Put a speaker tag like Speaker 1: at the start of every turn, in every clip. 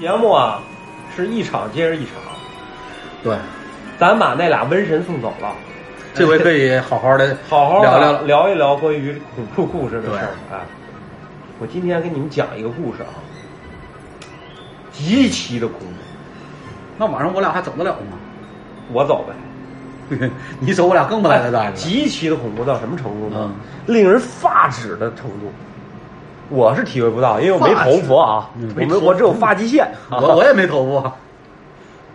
Speaker 1: 节目啊，是一场接着一场。
Speaker 2: 对，
Speaker 1: 咱把那俩瘟神送走了，
Speaker 2: 这回可以好 好的
Speaker 1: 好好
Speaker 2: 聊
Speaker 1: 聊
Speaker 2: 聊
Speaker 1: 聊一聊关于恐怖故事的事儿
Speaker 2: 对
Speaker 1: 啊。我今天给你们讲一个故事啊，极其的恐怖。
Speaker 2: 那晚上我俩还走得了吗？
Speaker 1: 我走呗。
Speaker 2: 你走，我俩更不来得待 了。
Speaker 1: 极其的恐怖到什么程度
Speaker 2: 嗯
Speaker 1: 呢？令人发指的程度。我是体会不到，因为我没
Speaker 2: 发
Speaker 1: 头
Speaker 2: 指
Speaker 1: 发啊，
Speaker 2: 嗯
Speaker 1: 我
Speaker 2: 没
Speaker 1: 没
Speaker 2: 头
Speaker 1: 我只有发际线。
Speaker 2: 我我也没头发。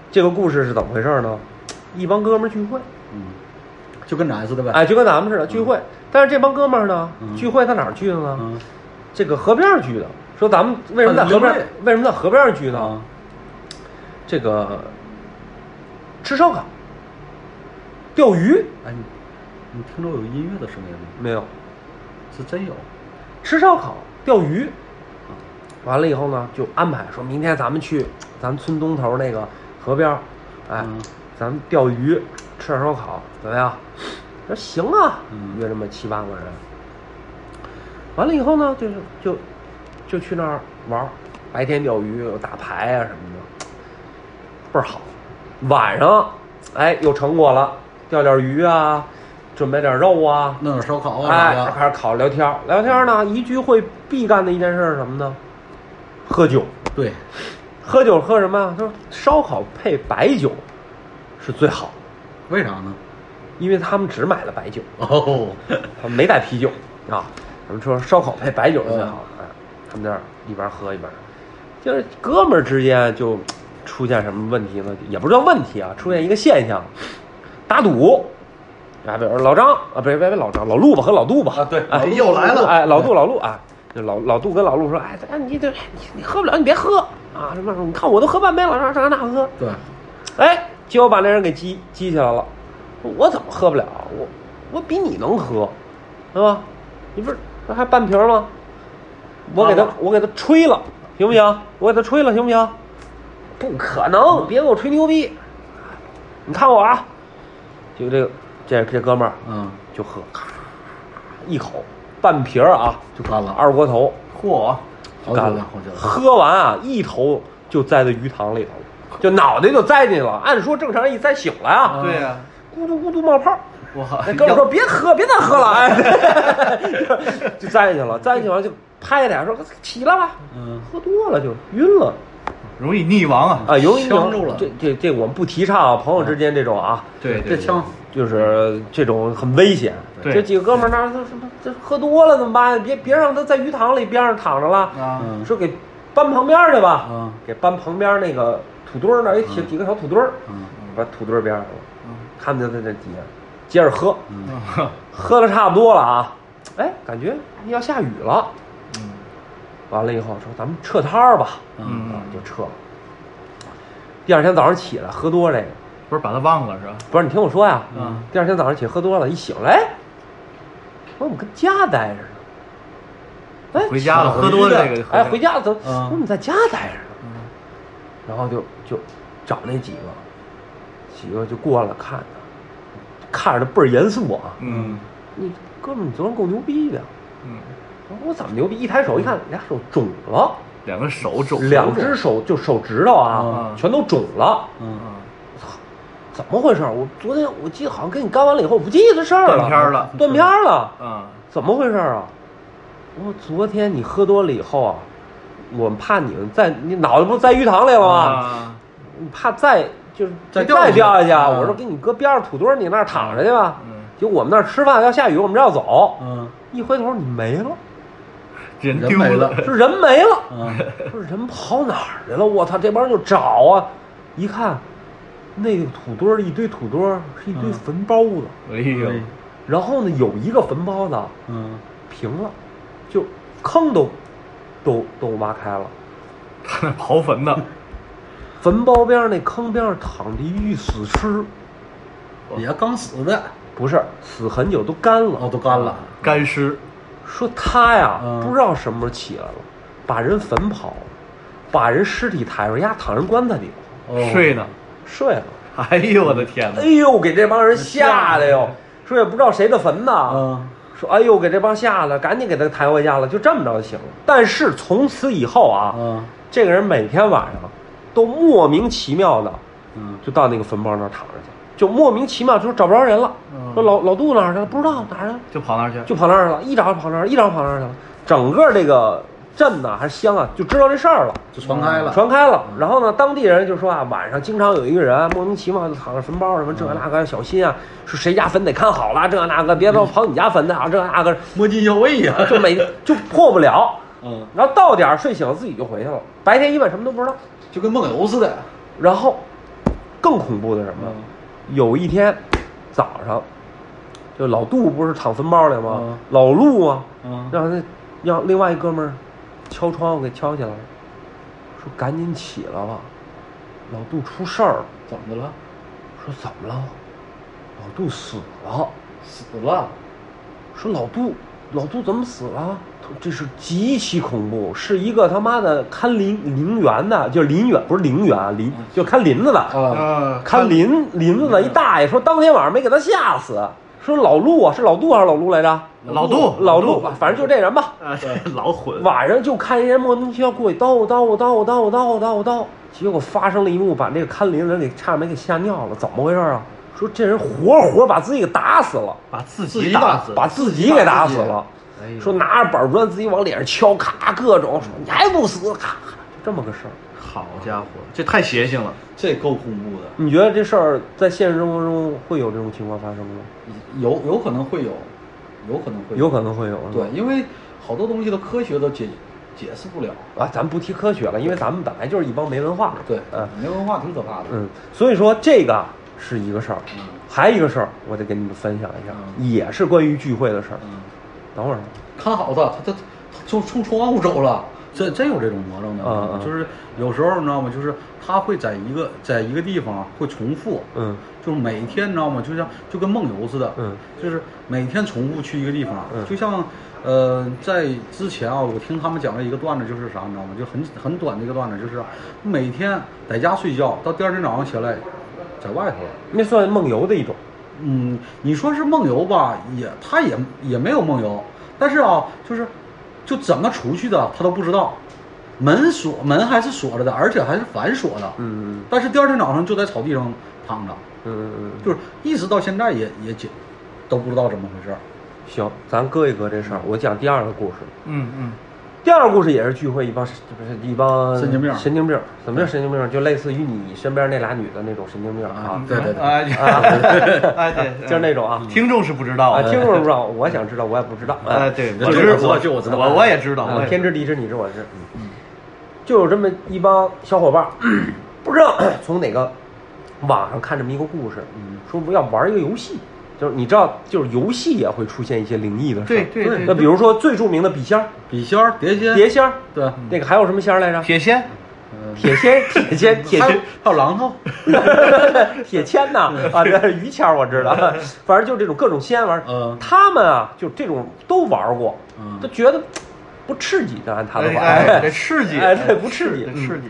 Speaker 1: 这个故事是怎么回事呢？一帮哥们儿聚会，
Speaker 2: 嗯，就跟咱似的呗。
Speaker 1: 哎，就跟咱们似的聚会。但是这帮哥们儿呢，
Speaker 2: 嗯
Speaker 1: 聚会在哪儿聚的呢？
Speaker 2: 嗯，
Speaker 1: 这个河边儿聚的。说咱们为什么在河边儿
Speaker 2: 啊？
Speaker 1: 为什么在河边儿聚呢？
Speaker 2: 啊，
Speaker 1: 这个吃烧烤、钓鱼
Speaker 2: 哎，你你听着有音乐的声音吗？
Speaker 1: 没有？
Speaker 2: 是真有。
Speaker 1: 吃烧烤、钓鱼，
Speaker 2: 啊
Speaker 1: 完了以后呢，就安排说明天咱们去咱们村东头那个河边儿，哎，
Speaker 2: 嗯
Speaker 1: 咱们钓鱼，吃点烧烤，怎么样？说行啊，
Speaker 2: 嗯
Speaker 1: 约这么七八个人。完了以后呢，就是就就去那儿玩儿，白天钓鱼、有打牌啊什么的，倍儿好。晚上，哎，有成果了，钓点鱼啊，准备点肉啊，
Speaker 2: 弄点烧烤啊
Speaker 1: 哎
Speaker 2: 啥，的。
Speaker 1: 开始烤聊天儿，聊天儿呢，一聚会必干的一件事是什么呢？喝酒，
Speaker 2: 对，
Speaker 1: 喝酒喝什么啊？他说烧烤配白酒是最好的，
Speaker 2: 为啥 呢？
Speaker 1: 因为他们只买了白酒，
Speaker 2: 哦，
Speaker 1: 他们没带啤酒啊。他们说烧烤配白酒是最好的，哎，他们在那儿一边喝一边，就是哥们儿之间就出现什么问题呢？也不知道问题啊，出现一个现象，打赌。啊，比如老张啊，不是，别别老张，老陆吧和老杜吧
Speaker 2: 啊对
Speaker 1: 哎
Speaker 2: 老陆又来了
Speaker 1: 哎，老杜老陆啊，就老老杜跟老陆说，哎，哎你这你你喝不了，你别喝啊，什么什么，你看我都喝半杯了，啥啥那喝，
Speaker 2: 对，
Speaker 1: 哎，结果把那人给激激起来了。我怎么喝不了？我我比你能喝，对吧？你不是还半瓶吗？我给他
Speaker 2: 半碗
Speaker 1: 我给他吹了，行不行？我给他吹了，行不行？不可能！别给我吹牛逼！你看我啊，就这个这这哥们儿
Speaker 2: 嗯，
Speaker 1: 就喝，咔一口半瓶儿啊，
Speaker 2: 就干了。
Speaker 1: 二锅头
Speaker 2: 嚯，好
Speaker 1: 干
Speaker 2: 久
Speaker 1: 了
Speaker 2: 了，好久，了。
Speaker 1: 喝完啊，一头就栽在鱼塘里头了，就脑袋就栽进去了。按说正常人一栽醒了啊，
Speaker 3: 对呀、
Speaker 1: 咕嘟咕嘟冒 泡。
Speaker 3: 我
Speaker 2: 哎
Speaker 1: 那哥们说别喝，别再喝了，哎， 就栽进去了，栽进去完就拍他说起来吧，
Speaker 2: 嗯，
Speaker 1: 喝多了就晕了
Speaker 3: 容易溺亡啊。
Speaker 1: 啊，由于
Speaker 2: 呛住了
Speaker 1: 这这这我们不提倡啊，朋友之间这种啊，
Speaker 3: 对
Speaker 2: 这
Speaker 3: 对，
Speaker 2: 枪
Speaker 1: 就是这种很危险。
Speaker 3: 对
Speaker 1: 这几个哥们儿那儿他他他这喝多了怎么办？别别让他在鱼塘里边上躺着了，
Speaker 3: 啊，
Speaker 2: 嗯
Speaker 1: 说给搬旁边儿去吧，
Speaker 2: 嗯
Speaker 1: 给搬旁边儿那个土堆儿那儿有几
Speaker 2: 嗯
Speaker 1: 几个小土堆儿，
Speaker 2: 嗯
Speaker 1: 把土堆儿边上了，他们就在那底下接着喝，
Speaker 2: 嗯
Speaker 3: 嗯
Speaker 1: 喝的差不多了啊，哎，感觉要下雨了，完了以后说咱们撤摊儿吧，
Speaker 2: 嗯，
Speaker 1: 啊
Speaker 3: 嗯，
Speaker 1: 就撤了。第二天早上起来喝多这个，
Speaker 3: 不是把他忘了是吧？
Speaker 1: 不是你听我说呀，
Speaker 3: 嗯
Speaker 1: 第二天早上起来喝多了，一醒来，哎我怎么跟家待着呢？哎，
Speaker 3: 回家了，
Speaker 2: 小
Speaker 3: 喝多了这个，
Speaker 1: 哎，回家了怎么
Speaker 2: 嗯
Speaker 1: 我怎么在家待着呢？
Speaker 3: 嗯
Speaker 1: 然后就就找那几个，几个就过来看他，看着他倍儿严肃啊。
Speaker 3: 嗯
Speaker 1: 你哥们儿，你昨天够牛逼的。
Speaker 3: 嗯，
Speaker 1: 我说我怎么牛逼？一抬手一看，俩手肿了，
Speaker 3: 两个手肘，
Speaker 1: 两只手就手指头啊，
Speaker 3: 嗯
Speaker 1: 全都肿了。
Speaker 2: 嗯，
Speaker 3: 嗯
Speaker 1: 怎么回事？我昨天我记得好像跟你干完了以后，我不记得这事儿了，
Speaker 3: 断片儿了
Speaker 1: 断片儿了。
Speaker 3: 嗯
Speaker 1: 怎么回事啊？我说昨天你喝多了以后啊，我们怕你们在你脑袋不是在鱼塘里了吗？
Speaker 3: 啊，
Speaker 1: 你怕再就是
Speaker 2: 再掉
Speaker 1: 再
Speaker 2: 下去
Speaker 1: 掉下去啊！
Speaker 2: 嗯
Speaker 1: 我说给你搁边上土堆儿，你那儿躺着去吧。
Speaker 3: 嗯
Speaker 1: 就我们那儿吃饭要下雨，我们这要走。
Speaker 2: 嗯，
Speaker 1: 一回头你没了，
Speaker 3: 人
Speaker 2: 人
Speaker 3: 丢
Speaker 2: 没了
Speaker 1: 说人没了，
Speaker 2: 嗯，
Speaker 1: 说人跑哪儿去了？我操，这帮人就找啊，一看那个土堆儿一堆土堆儿是一堆
Speaker 2: 嗯
Speaker 1: 坟包子，
Speaker 3: 哎呦，
Speaker 1: 然后呢有一个坟包子
Speaker 2: 嗯，
Speaker 1: 平了，就坑都都都挖开了。
Speaker 3: 他
Speaker 1: 哎
Speaker 3: 那刨坟 呢，
Speaker 1: 坟包边儿那坑边上躺着一具死尸，
Speaker 2: 也刚死的，
Speaker 1: 不是死很久都干了。
Speaker 2: 哦，都干了，
Speaker 3: 干尸，
Speaker 1: 说他呀，
Speaker 2: 嗯
Speaker 1: 不知道什么时候起来了，把人坟刨了，把人尸体抬出来，压躺人棺材里了，
Speaker 2: 哦，
Speaker 3: 睡呢，
Speaker 1: 睡了。
Speaker 3: 哎呦我的天哪
Speaker 1: 哎，呦，给这帮人吓的哟！说也不知道谁的坟呐，
Speaker 2: 嗯，
Speaker 1: 说哎呦，给这帮吓的，赶紧给他抬回家了，就这么着就行了。但是从此以后啊，
Speaker 2: 嗯，
Speaker 1: 这个人每天晚上都莫名其妙的
Speaker 2: 嗯
Speaker 1: 就到那个坟包那儿躺着去，就莫名其妙就是找不着人了。
Speaker 3: 嗯
Speaker 1: 说老老杜哪儿去了？不知道哪儿去了，
Speaker 3: 就跑那儿去，
Speaker 1: 就跑那儿了，一找就跑那儿，一找就跑那儿去了。整个这个镇呐还是乡啊，就知道这事儿了。
Speaker 2: 就传开了，
Speaker 1: 传开了。然后呢，当地人就说啊，晚上经常有一个人莫名其妙就躺在坟包什么这那个要小心啊，说谁家坟得看好了，这那个别都跑你家坟的啊，这那个
Speaker 2: 摸金校尉呀，
Speaker 1: 就每就破不了。
Speaker 2: 嗯，
Speaker 1: 然后到点儿睡醒了自己就回去了，白天一晚什么都不知道。
Speaker 2: 就跟梦游似的，
Speaker 1: 然后更恐怖的是什么？
Speaker 2: 嗯
Speaker 1: 有一天早上，就老杜不是躺坟包里吗？
Speaker 2: 嗯
Speaker 1: 老陆啊，
Speaker 2: 嗯，
Speaker 1: 让那让另外一哥们儿敲窗户给敲起来了，说赶紧起来吧，老杜出事儿了。
Speaker 2: 怎么的了？
Speaker 1: 说怎么了？老杜死了。
Speaker 2: 死了，
Speaker 1: 说老杜，老杜怎么死了？这是极其恐怖，是一个他妈的看林林园的，就林园不是陵园啊，
Speaker 2: 嗯
Speaker 1: 林就看林子的，
Speaker 2: 啊，
Speaker 3: 啊，
Speaker 1: 看林林子
Speaker 3: 嗯
Speaker 1: 的一大爷说，当天晚上没给他吓死。说老陆啊，是老杜还是老陆来着？
Speaker 3: 老杜，
Speaker 1: 老
Speaker 3: 杜
Speaker 1: 陆，，反正就这人吧。
Speaker 3: 呃，老混，
Speaker 1: 晚上就看一人莫名其妙过去叨叨叨叨叨叨叨，结果发生了一幕，把那个看林人给差点没给吓尿了。怎么回事啊？说这人活活把自己给打死了，
Speaker 3: 把自
Speaker 2: 自
Speaker 3: 己
Speaker 2: 己
Speaker 3: 打
Speaker 2: 打
Speaker 3: 死，
Speaker 1: 把自己给打死了。
Speaker 2: 哎呦
Speaker 1: 说拿着板砖自己往脸上敲，咔各种，说你还不死，咔，就这么个事儿。
Speaker 3: 好家伙，这太邪性了，
Speaker 2: 这够恐怖的，
Speaker 1: 你觉得这事儿在现实生活中会有这种情况发生吗？
Speaker 2: 有有可能会有，有可能会
Speaker 1: 有可能会有，是吧
Speaker 2: 对，因为好多东西都科学都解解释不了，
Speaker 1: 啊，咱不提科学了，因为咱们本来就是一帮没文化的。
Speaker 2: 对，
Speaker 1: 嗯
Speaker 2: 没文化挺可怕的，
Speaker 1: 嗯，所以说这个啊是一个事儿，
Speaker 2: 嗯
Speaker 1: 还有一个事儿，我得跟你们分享一下，也是关于聚会的事儿。
Speaker 2: 嗯，
Speaker 1: 等会儿，
Speaker 2: 看好他，他他他就冲窗户走了。真真有这种魔怔的，
Speaker 1: 嗯嗯
Speaker 2: 就是有时候你知道吗？就是他会在一个在一个地方会重复，
Speaker 1: 嗯
Speaker 2: 就是每天你知道吗？就像就跟梦游似的，
Speaker 1: 嗯，
Speaker 2: 就是每天重复去一个地方，
Speaker 1: 嗯
Speaker 2: 就像呃，在之前啊，我听他们讲了一个段子，就是啥你知道吗？就很很短的一个段子，就是每天在家睡觉，到第二天早上起来，在外头了。
Speaker 1: 那算梦游的一种。
Speaker 2: 嗯，你说是梦游吧，也他也也没有梦游，但是啊，就是就怎么出去的他都不知道，门锁门还是锁着的，而且还是反锁的。
Speaker 1: 嗯
Speaker 2: 但是第二天早上就在草地上躺着，
Speaker 1: 嗯嗯嗯，
Speaker 2: 就是一直到现在也也解都不知道怎么回事儿。
Speaker 1: 行，咱搁一搁这
Speaker 2: 嗯
Speaker 1: 事儿，我讲第二个故事。
Speaker 3: 嗯嗯，
Speaker 1: 第二个故事也是聚会，一帮不是一帮
Speaker 2: 神经病
Speaker 1: 神经病儿怎么叫神经病儿？就类似于你身边那俩女的那种神经病儿啊
Speaker 2: 嗯，对对对
Speaker 3: 哎， 哎 对，
Speaker 1: 就是那种啊
Speaker 3: 听众是不知道
Speaker 1: 啊，
Speaker 3: 的，
Speaker 1: 听众不知道，我想知道，我也不知道
Speaker 3: 哎，对，
Speaker 2: 我
Speaker 3: 我
Speaker 2: 知
Speaker 3: 知
Speaker 2: 道
Speaker 3: 道，
Speaker 2: 就我知道
Speaker 3: 我我也知道，我
Speaker 1: 啊
Speaker 3: 也
Speaker 1: 天知地知你知我知，嗯，就有这么一帮小伙伴儿， 不知道 从哪个网上看这么一个故事，嗯说不要玩一个游戏，就是你知道，就是游戏也会出现一些灵异的事儿
Speaker 3: 对。对对，
Speaker 1: 那比如说最著名的笔仙儿、
Speaker 2: 笔仙儿、碟仙，
Speaker 1: 碟仙儿，
Speaker 2: 对，
Speaker 1: 那个还有什么仙儿来着？
Speaker 3: 铁仙，
Speaker 1: 铁 仙、铁仙、铁
Speaker 2: 还有
Speaker 1: 仙。
Speaker 2: 还有榔头，
Speaker 1: 铁签呐，啊，这是于签儿我知道，反正就这种各种仙玩意儿，
Speaker 2: 嗯
Speaker 1: 他们啊，就这种都玩过，
Speaker 2: 嗯
Speaker 1: 都觉得不刺激，就按他们玩，
Speaker 3: 哎，得刺激，
Speaker 1: 哎，对，不刺激
Speaker 3: 得，
Speaker 1: 嗯
Speaker 3: 刺激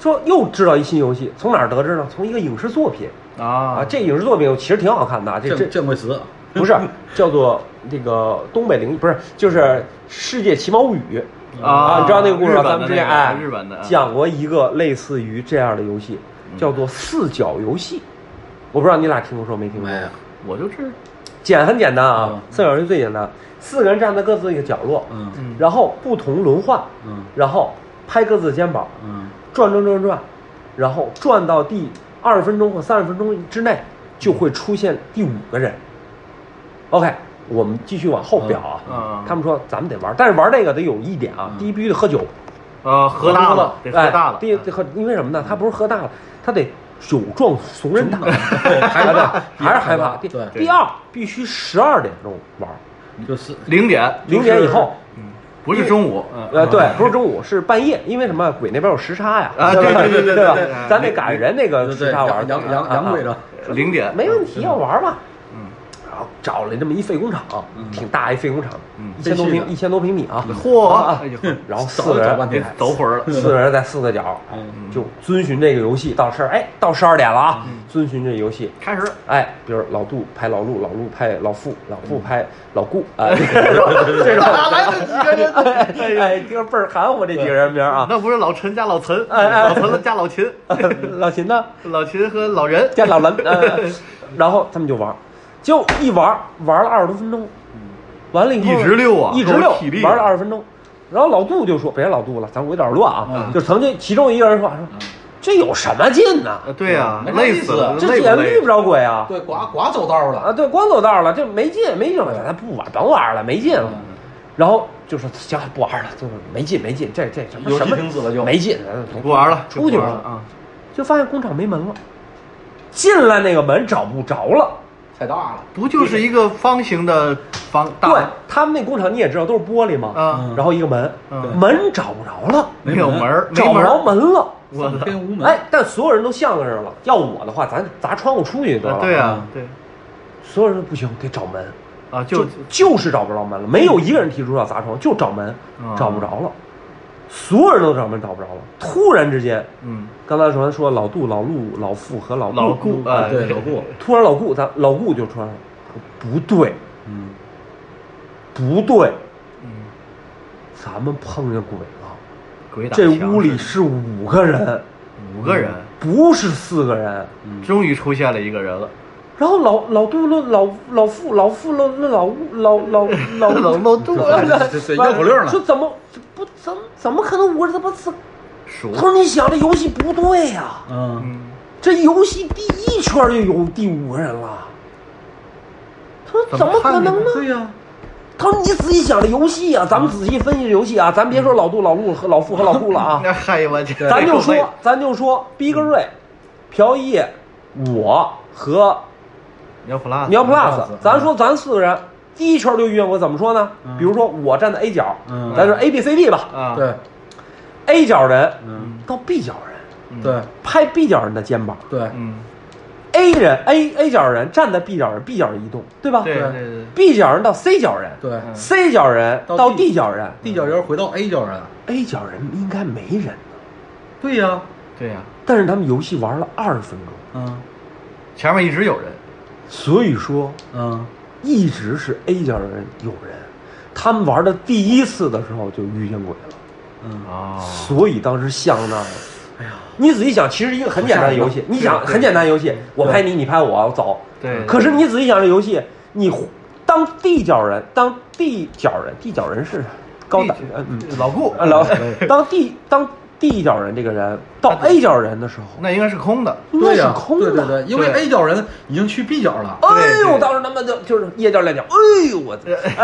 Speaker 1: 说又知道一新游戏，从哪儿得知呢？从一个影视作品啊，
Speaker 3: 啊，
Speaker 1: 这影视作品其实挺好看的啊，这
Speaker 2: 见
Speaker 1: 这
Speaker 2: 见过一次，
Speaker 1: 不是叫做那个东北灵异，不是就是《世界奇猫物语》
Speaker 3: 啊
Speaker 1: 你知道那个故事
Speaker 3: 日
Speaker 1: 吧？
Speaker 3: 本的
Speaker 1: 咱们之前
Speaker 3: 那个
Speaker 1: 哎，
Speaker 3: 日本的啊嗯
Speaker 1: 讲过一个类似于这样的游戏，叫做四角游戏。我不知道你俩听说没听过
Speaker 2: 没？有，
Speaker 3: 我就是，
Speaker 1: 简很简单啊
Speaker 2: 嗯，
Speaker 1: 四角游戏最简单，四个人站在各自一个角落，
Speaker 2: 嗯
Speaker 3: 嗯
Speaker 1: 然后不同轮换，
Speaker 2: 嗯
Speaker 1: 然后拍各自的肩膀，
Speaker 2: 嗯
Speaker 1: 转转转转，然后转到第二十分钟或三十分钟之内，就会出现第五个人。OK，我们继续往后表啊。
Speaker 3: 嗯嗯
Speaker 1: 他们说咱们得玩，但是玩这个得有一点啊，
Speaker 2: 嗯
Speaker 1: 第一必须得喝酒，
Speaker 3: 呃，喝大了，得喝大
Speaker 1: 哎
Speaker 3: 了，嗯
Speaker 1: 第一得喝，因为什么呢？他不是喝大了，他得酒壮怂人胆，
Speaker 2: 害
Speaker 1: 哎
Speaker 2: 怕
Speaker 1: 对还是害怕。第
Speaker 2: 对
Speaker 1: 第二必须十二点钟玩，
Speaker 2: 嗯就是
Speaker 3: 零点，
Speaker 1: 零点以后。
Speaker 3: 嗯，不是中午，嗯
Speaker 1: 呃，对，不是中午，是半夜，因为什么？鬼那边有时差呀，
Speaker 3: 啊
Speaker 1: 对吧
Speaker 3: 对对对对
Speaker 1: 对吧
Speaker 3: 对对对
Speaker 1: 咱得赶人那个
Speaker 2: 对
Speaker 1: 时差玩儿，
Speaker 2: 洋洋
Speaker 1: 啊
Speaker 2: 洋
Speaker 1: 啊
Speaker 2: 鬼子，
Speaker 3: 嗯零点，
Speaker 1: 没问题，要玩吧。
Speaker 3: 嗯，
Speaker 1: 然后找来这么一废工厂，
Speaker 3: 嗯
Speaker 1: 挺大一废工厂，
Speaker 3: 嗯
Speaker 1: 一千多
Speaker 2: 废墟嗯
Speaker 1: 平
Speaker 2: 的
Speaker 1: 一千多平米啊。
Speaker 3: 嚯
Speaker 1: 啊嗯
Speaker 3: 哎呦
Speaker 1: 然后四
Speaker 2: 走
Speaker 1: 个
Speaker 2: 走
Speaker 1: 人
Speaker 2: 半
Speaker 3: 给
Speaker 2: 天，
Speaker 3: 走魂儿了，
Speaker 1: 四个人在四个角，
Speaker 2: 嗯
Speaker 1: 就遵循这个游戏到事儿，哎，到十二点了啊，遵循这游戏。
Speaker 3: 开始
Speaker 1: 哎，比如老杜拍老陆，老陆拍老傅，老
Speaker 2: 嗯
Speaker 1: 傅拍老 顾啊，这种这种，
Speaker 2: 哎
Speaker 3: 来这几个人，
Speaker 1: 哎哎，听着倍儿含糊这几个人名儿啊。
Speaker 3: 那不是老陈加老陈，
Speaker 1: 哎哎
Speaker 3: 老陈加老秦，
Speaker 2: 哎
Speaker 1: 老秦呢？
Speaker 3: 老秦和老人，
Speaker 1: 见老蓝，呃，然后他们就玩儿，就一玩儿玩了二十多分钟，完了以后
Speaker 3: 一直溜啊
Speaker 1: 一直溜
Speaker 3: 够体力，
Speaker 1: 玩了二十分钟。然后老杜就说：“别老杜了，咱我有点乱
Speaker 3: 嗯
Speaker 1: 啊。”就曾经其中一个人说：“说这有什么劲呢？
Speaker 3: 呃对呀，
Speaker 2: 没啥
Speaker 3: 累
Speaker 2: 意
Speaker 3: 死
Speaker 2: 思
Speaker 3: 了，
Speaker 1: 啊这
Speaker 3: 累
Speaker 1: 也
Speaker 3: 不
Speaker 1: 遇不
Speaker 3: 累？
Speaker 1: 着鬼啊！
Speaker 2: 对，刮刮走道
Speaker 1: 啊，
Speaker 2: 了，
Speaker 1: 对，光走道了，这没劲，没劲了，
Speaker 3: 嗯
Speaker 1: 咱不玩，甭玩了，没劲了。然后就说：“行，不玩了，就是没劲，没劲，这这什么
Speaker 2: 游戏
Speaker 1: 什么
Speaker 2: 停止了就
Speaker 1: 没劲，
Speaker 3: 不玩了，
Speaker 1: 出去
Speaker 3: 不玩
Speaker 1: 吧
Speaker 3: 了啊！
Speaker 1: 就发现工厂没门了，进来那个门找不着了。
Speaker 2: 太大了，
Speaker 3: 不就是一个方形的方大
Speaker 1: 对他们那工厂你也知道都是玻璃嘛，
Speaker 3: 啊？
Speaker 1: 然后一个门，
Speaker 3: 嗯
Speaker 1: 门找不着了，
Speaker 3: 没有门儿，没
Speaker 1: 找不
Speaker 3: 门
Speaker 1: 着
Speaker 3: 儿，
Speaker 1: 门了。
Speaker 3: 我的
Speaker 2: 跟屋门，
Speaker 1: 哎，但所有人都像个人了。要我的话，咱砸窗户出去得了。
Speaker 3: 啊对啊，对
Speaker 1: 所有人都不行，得找门，
Speaker 3: 啊，就
Speaker 1: 就是找不着门了。没有一个人提出要砸窗，就找门
Speaker 3: 嗯，
Speaker 1: 找不着了。所有人都找门找不着了。突然之间，
Speaker 3: 嗯，
Speaker 1: 刚才说说老杜、老陆、老傅和老
Speaker 3: 老顾
Speaker 1: 啊，
Speaker 3: 啊，
Speaker 2: 对，老顾，
Speaker 1: 突然老顾咱老顾就突然说不对，
Speaker 2: 嗯，
Speaker 1: 不对，
Speaker 3: 嗯，
Speaker 1: 咱们碰见鬼了。
Speaker 3: 鬼打
Speaker 1: 这
Speaker 3: 墙
Speaker 1: 屋里
Speaker 3: 似
Speaker 1: 是五个人，
Speaker 3: 的五个人，嗯
Speaker 1: 不是四个人。
Speaker 3: 终于出现了一个人了，
Speaker 1: 然后老老杜了老老傅老傅了了老老老 老
Speaker 3: 冷不住
Speaker 1: 老
Speaker 3: 了，
Speaker 2: 这这绕口令呢
Speaker 1: 说怎么这不怎么怎么可能五个人怎么怎么？
Speaker 3: 熟
Speaker 1: 他，说你想这游戏不对呀、
Speaker 2: 嗯，
Speaker 3: 嗯，
Speaker 1: 这游戏第一圈就有第五个人了。他说怎么可能呢？
Speaker 2: 对呀，
Speaker 1: 他说你仔细想这游戏啊，咱们仔细分析这游戏啊，咱别说老杜老陆和老傅和老顾了啊，
Speaker 3: 那嗨我去，
Speaker 1: 咱就说，咱就说，逼
Speaker 2: 嗯
Speaker 1: 格瑞、朴一、我和
Speaker 3: 苗 plus，
Speaker 1: 苗
Speaker 2: 啊 plus，嗯
Speaker 1: plus，咱说咱四个人第一圈就遇见过，怎么说呢？比如说我站在 A 角，
Speaker 2: 嗯
Speaker 1: 咱说 A B C D 吧
Speaker 3: 啊，
Speaker 2: 对，
Speaker 1: ，A 角人
Speaker 2: 嗯，
Speaker 1: 到 B 角人
Speaker 3: 嗯
Speaker 2: 对，
Speaker 1: 拍 B 角人的肩膀
Speaker 2: 对，
Speaker 3: 嗯，
Speaker 1: ，A 人 A A 角人站在 B 角人，B 角人移动，啊对吧？
Speaker 3: 对
Speaker 2: 对
Speaker 3: 对对，
Speaker 1: B 角人到 C 角人，
Speaker 2: 对
Speaker 3: 嗯
Speaker 1: ，C 角人
Speaker 2: 到
Speaker 1: 到
Speaker 2: D
Speaker 1: D 角人
Speaker 2: ，D 角人回到 A 角人，
Speaker 1: ，A 角人应该没人呢
Speaker 2: 对呀，
Speaker 3: 对呀，
Speaker 1: 但是他们游戏玩了二十分钟，
Speaker 2: 嗯
Speaker 3: 前面一直有人，
Speaker 1: 所以说
Speaker 2: 嗯，
Speaker 1: 一直是 A 角人有人，他们玩的第一次的时候就遇见鬼了，
Speaker 2: 嗯，
Speaker 3: 哦，哎
Speaker 1: 所以当时相当的。你仔细想，其实一个很简单的游戏，你想
Speaker 3: 对
Speaker 1: 很简单的游戏，我拍你，你拍我，我走。
Speaker 3: 对
Speaker 1: 可是你仔细想，这游戏，你当地角人，当地角人，地角人是高档，呃嗯，
Speaker 3: 老顾
Speaker 1: 啊 老当地当地角人这个人到
Speaker 3: 啊
Speaker 1: A 角人的时候，
Speaker 3: 那应该是空的，
Speaker 1: 应该
Speaker 2: 对
Speaker 1: 是
Speaker 2: 呀，
Speaker 1: 空
Speaker 2: 对
Speaker 1: 的。
Speaker 2: 对对，因为
Speaker 3: 对
Speaker 2: A 角人已经去 B 角了，
Speaker 1: 哎
Speaker 3: 对
Speaker 1: 呦，
Speaker 3: 对
Speaker 1: 当时他们就就是夜教练讲，哎呦我，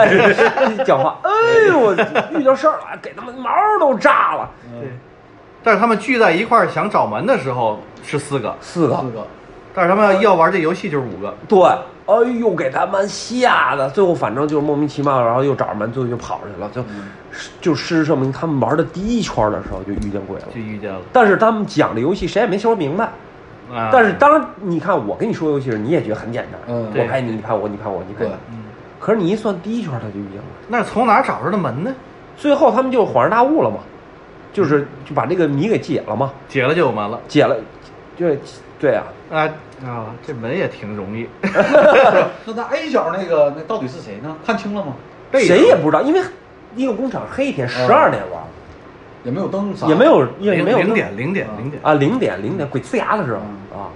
Speaker 1: 哎讲话，哎呦我遇到事儿了，给他们毛都炸了，
Speaker 3: 对，
Speaker 2: 嗯
Speaker 3: 但是他们聚在一块儿想找门的时候是四个，
Speaker 1: 四个
Speaker 2: 四，个，
Speaker 3: 但是他们要要玩这游戏就是五个，
Speaker 1: 对，哎呦给他们吓的，最后反正就是莫名其妙，然后又找着门，最后就跑出去了，就、
Speaker 3: 嗯
Speaker 1: 就事实证明他们玩的第一圈的时候就遇见鬼了。
Speaker 3: 就遇见了。
Speaker 1: 但是他们讲的游戏谁也没说明白，
Speaker 3: 啊
Speaker 1: 但是当然你看我跟你说游戏时，你也觉得很简单，
Speaker 2: 嗯
Speaker 1: 我拍你，你拍我，你拍我，你拍
Speaker 2: 对
Speaker 1: 我。可是你一算第一圈他就遇见了。
Speaker 3: 那是从哪儿找着的门呢？
Speaker 1: 最后他们就恍然大悟了嘛，就是就把这个谜给解了嘛，
Speaker 3: 解了就有门了。
Speaker 1: 解了，对对啊，
Speaker 3: 啊啊，这门也挺容易。
Speaker 2: 哎 那那 A 角那个那到底是谁呢？看清了吗？
Speaker 3: 背
Speaker 1: 谁也不知道，因为一个工厂黑天十二点玩，
Speaker 2: 也没有灯啥，
Speaker 1: 也没有也
Speaker 3: 啊零
Speaker 1: 没有
Speaker 3: 零点零点零点，
Speaker 1: 啊，零点零点鬼呲牙的时候
Speaker 2: 嗯
Speaker 1: 啊，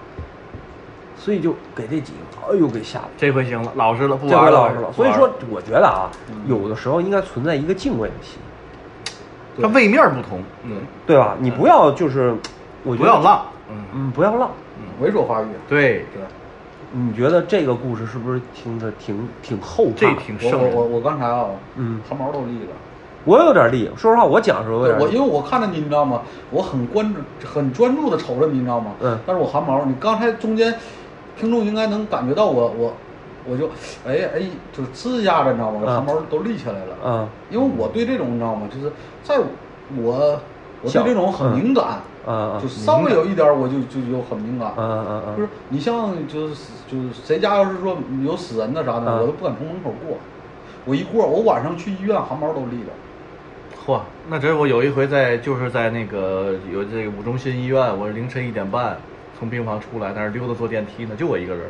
Speaker 1: 所以就给这几个，哎呦给吓的。
Speaker 3: 这回行了，老实了，不
Speaker 1: 这
Speaker 3: 玩
Speaker 1: 回
Speaker 3: 了，
Speaker 1: 老实了，
Speaker 3: 不
Speaker 1: 所
Speaker 3: 玩
Speaker 1: 以
Speaker 3: 了
Speaker 1: 说我觉得啊，
Speaker 2: 嗯
Speaker 1: 有的时候应该存在一个敬畏的心，
Speaker 3: 它位面不同，嗯，
Speaker 1: 对吧？你不要就是，我觉
Speaker 3: 不
Speaker 1: 得
Speaker 3: 要，浪，嗯，
Speaker 1: 嗯，不要浪。
Speaker 2: 猥琐发育，
Speaker 3: 对，
Speaker 2: 对。
Speaker 1: 你觉得这个故事是不是听着挺挺后怕？
Speaker 3: 这挺
Speaker 2: 我
Speaker 3: 圣
Speaker 2: 我我
Speaker 3: 人。
Speaker 2: 我刚才啊，
Speaker 1: 嗯
Speaker 2: 汗毛都立了。
Speaker 1: 我有点力，说实话，我讲的时候有点
Speaker 2: 我因
Speaker 1: 力
Speaker 2: 为我看着你，你知道吗？我很关注、很专注的瞅着你，你知道吗？
Speaker 1: 嗯
Speaker 2: 但是我汗毛，你刚才中间，听众应该能感觉到我我，我就哎哎，就是呲一下子，你知道吗？我
Speaker 1: 嗯
Speaker 2: 汗毛都立起来了。
Speaker 1: 啊，
Speaker 2: 因为我对这种你知道吗？就是在我我对
Speaker 1: 小
Speaker 2: 这种很敏感，
Speaker 1: 啊
Speaker 2: 就稍微有一点儿我就就有很敏感
Speaker 1: 啊啊。啊啊
Speaker 2: 不！是你像就是就是谁家要是说有死人的啥的，
Speaker 1: 嗯
Speaker 2: 我都不敢从门口过。我一过，我晚上去医院汗毛都立了。
Speaker 3: 嚯，那这我有一回在就是在那个有这个五中心医院，我凌晨一点半从病房出来，在那儿溜达坐电梯呢，就我一个人。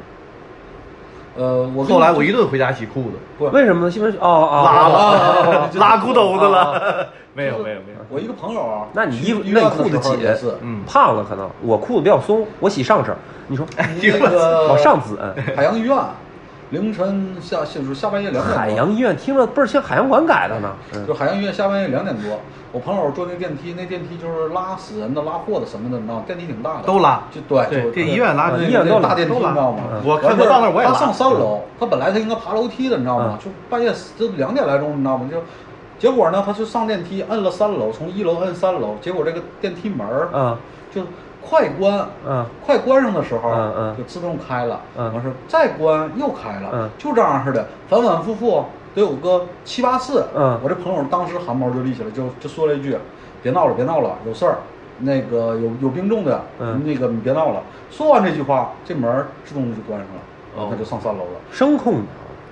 Speaker 2: 呃，我跟
Speaker 3: 后来
Speaker 2: 你
Speaker 3: 我一顿回家洗裤子，
Speaker 2: 不
Speaker 1: 为什么呢？西门哦哦，
Speaker 3: 拉
Speaker 2: 啊
Speaker 3: 了
Speaker 2: 就是
Speaker 3: 拉裤兜子
Speaker 1: 啊
Speaker 3: 了，没有没有没有，
Speaker 2: 我一个朋友啊，
Speaker 1: 那你衣服
Speaker 2: 去医院
Speaker 1: 那
Speaker 2: 的
Speaker 1: 你裤子
Speaker 2: 时候
Speaker 1: 紧
Speaker 2: 也是，
Speaker 3: 嗯
Speaker 1: 胖了可能我裤子比较松，我洗上身儿。你说
Speaker 2: 那 个
Speaker 1: 往上紫，
Speaker 2: 海洋医院，凌晨下就是下半夜两点多，
Speaker 1: 海洋医院听着倍儿像海洋馆改的呢。
Speaker 2: 就
Speaker 1: 嗯
Speaker 2: 海洋医院下半夜两点多，我朋友坐那电梯，那电梯就是拉死人的、拉货的什么的，你知道吗？电梯挺大的，
Speaker 3: 都拉
Speaker 2: 就对，
Speaker 3: 对
Speaker 2: 就
Speaker 3: 电医院拉
Speaker 1: 啊
Speaker 3: 的
Speaker 1: 医院
Speaker 2: 那
Speaker 1: 都
Speaker 2: 大
Speaker 1: 拉
Speaker 2: 电梯，你
Speaker 3: 都
Speaker 2: 知
Speaker 3: 拉
Speaker 2: 道吗？
Speaker 3: 嗯
Speaker 2: 完
Speaker 3: 我看不
Speaker 2: 事儿
Speaker 3: 到那儿我也
Speaker 2: 他
Speaker 3: 拉嗯
Speaker 2: 上三楼，他本来他应该爬楼梯的，你知道
Speaker 1: 嗯
Speaker 2: 吗？就半夜都两点来钟，你知道吗？就。结果呢，他就上电梯，摁了三楼，从一楼摁三楼，结果这个电梯门儿
Speaker 1: 嗯
Speaker 2: 就快关，
Speaker 1: 嗯
Speaker 2: 快关上的时候，
Speaker 1: 嗯嗯
Speaker 2: 就自动开了，
Speaker 1: 嗯
Speaker 2: 完事儿再关又开了，
Speaker 1: 嗯
Speaker 2: 就这样似的，反反复复得有个七八次，
Speaker 1: 嗯
Speaker 2: 我这朋友当时汗毛就立起来，就就说了一句：“别闹了，别闹了，有事儿，那个有有病重的，
Speaker 1: 嗯
Speaker 2: 那个你别闹了。”说完这句话，这门儿自动就关上了，然
Speaker 1: 哦
Speaker 2: 后他就上三楼了。
Speaker 1: 声控的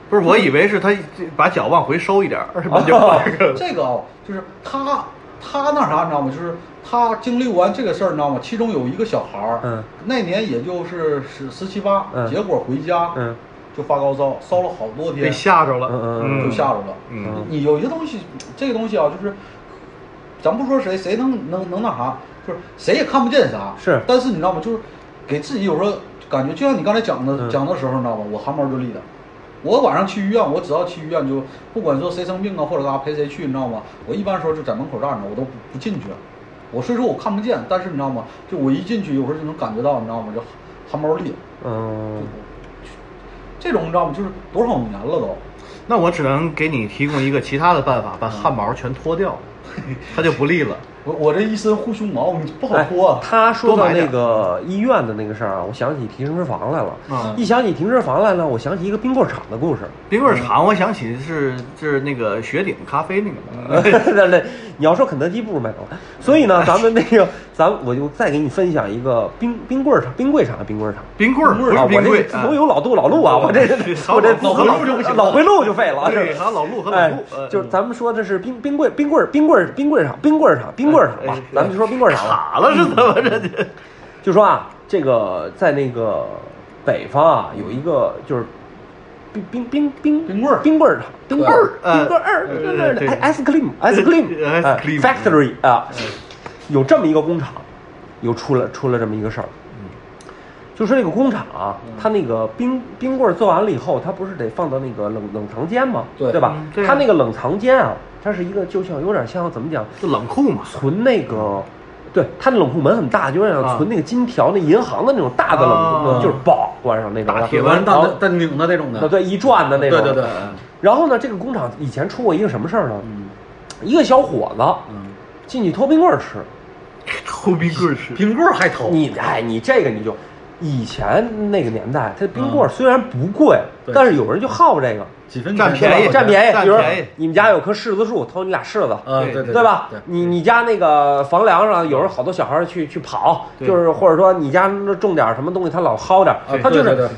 Speaker 3: 不是我以为是他把脚往回收一点儿， 把脚往这
Speaker 2: 这个啊，就是他他那啥，你知道吗？就是他经历完这个事儿，你知道吗？其中有一个小孩儿，
Speaker 1: 嗯，
Speaker 2: 那年也就是十十七八，
Speaker 1: 嗯
Speaker 2: 结果回家，
Speaker 1: 嗯，
Speaker 2: 就发高烧，烧了好多天，
Speaker 3: 被吓着了，
Speaker 1: 嗯
Speaker 2: 就吓着了。
Speaker 3: 嗯
Speaker 2: 你有些东西，这个东西啊，就是咱不说谁，谁能能能那啥，就是谁也看不见啥，
Speaker 1: 是
Speaker 2: 但是你知道吗？就是给自己有时候感觉，就像你刚才讲的、
Speaker 1: 嗯
Speaker 2: 讲的时候，你知道吧？我汗毛就立了。我晚上去医院，我只要去医院就不管说谁生病啊或者干啥陪谁去，你知道吗？我一般时候就在门口站着，我都不不进去。我虽说我看不见，但是你知道吗？就我一进去，有时候就能感觉到，你知道吗？这汗毛立，
Speaker 1: 嗯，
Speaker 2: 这种你知道吗？就是多少年了都。
Speaker 3: 那我只能给你提供一个其他的办法，把汗毛全脱掉， 它就不立了。
Speaker 2: 我我这一身护胸毛，你不好
Speaker 1: 哎
Speaker 2: 脱、啊。
Speaker 1: 他说
Speaker 3: 多
Speaker 1: 到
Speaker 3: 买
Speaker 1: 那
Speaker 3: 点
Speaker 1: 个医院的那个事儿啊，我想起停尸房来了。
Speaker 3: 嗯
Speaker 1: 一想起停尸房来了，我想起一个冰棍儿厂的故事。
Speaker 3: 冰棍厂，我想起是是那个雪顶咖啡那
Speaker 1: 嗯
Speaker 3: 个，
Speaker 1: 那那你要说肯德基不如麦当劳，所以呢，咱们那 个，咱我就再给你分享一个冰冰棍儿厂、冰柜厂、冰棍儿厂。
Speaker 3: 冰棍儿不
Speaker 1: 啊
Speaker 3: 是冰
Speaker 1: 我这
Speaker 3: 棍，
Speaker 1: 自从有老杜老陆啊，
Speaker 3: 嗯
Speaker 1: 我这
Speaker 3: 好
Speaker 1: 我这
Speaker 3: 老回路就不行了
Speaker 1: 老回路就废了。
Speaker 3: 对
Speaker 1: 是
Speaker 3: 还有老陆和老
Speaker 1: 哎
Speaker 3: 陆嗯
Speaker 1: 就是咱们说这是冰冰棍冰棍冰棍冰棍厂冰棍厂冰棍厂吧
Speaker 3: 哎，
Speaker 1: 咱们就说冰棍厂吧。
Speaker 3: 卡了是怎么着的？
Speaker 1: 就说啊，这个在那个北方啊，有一个就是冰冰冰冰
Speaker 2: 冰棍儿
Speaker 1: 冰棍儿厂冰棍儿
Speaker 3: 对
Speaker 1: 冰棍儿
Speaker 3: 呃
Speaker 1: 冰棍儿
Speaker 3: 对
Speaker 1: 哎，ice cream ice cream
Speaker 3: 呃
Speaker 1: 哎
Speaker 3: ice cream
Speaker 1: factory 啊，有这么一个工厂，有出了出了这么一个事儿。就说这个工厂啊，它那个冰冰棍儿做完了以后，它不是得放到那个冷冷藏间吗？
Speaker 2: 对
Speaker 1: 吧
Speaker 3: 嗯？对啊
Speaker 1: 它那个冷藏间啊，它是一个就像有点像怎么讲，
Speaker 3: 就冷库嘛，
Speaker 1: 存那个，对，它那冷库门很大，就像存那个金条、那银行的那种大的冷库门，
Speaker 3: 啊
Speaker 1: 就是保关上那种
Speaker 3: 大铁
Speaker 1: 门，
Speaker 2: 完
Speaker 1: 然后
Speaker 2: 蛋蛋拧的那种的，
Speaker 1: 对一转的那种。
Speaker 2: 啊对嗯对对
Speaker 1: 然后呢，这个工厂以前出过一个什么事儿呢？一个小伙子
Speaker 2: 嗯，
Speaker 1: 进去偷冰棍儿吃，
Speaker 3: 偷冰棍吃，
Speaker 2: 冰棍儿还偷，
Speaker 1: 你哎，你这个你就，以前那个年代，它冰棍儿虽然不贵，
Speaker 2: 对
Speaker 1: 但是有人就好这个，
Speaker 2: 几分
Speaker 3: 占
Speaker 2: 钱
Speaker 3: 便宜
Speaker 2: 多少钱
Speaker 1: 占便宜。
Speaker 3: 占
Speaker 1: 比如
Speaker 3: 便宜
Speaker 1: 你们家有棵柿子树，偷你俩柿子，
Speaker 2: 啊，对对
Speaker 1: 对吧？
Speaker 2: 对，
Speaker 1: 你你家那个房梁上，有时候好多小孩儿去去跑，
Speaker 3: 对
Speaker 1: 就是或者说你家种点儿什么东西，他老薅点儿
Speaker 2: 啊，
Speaker 1: 他就
Speaker 2: 对
Speaker 1: 是
Speaker 2: 对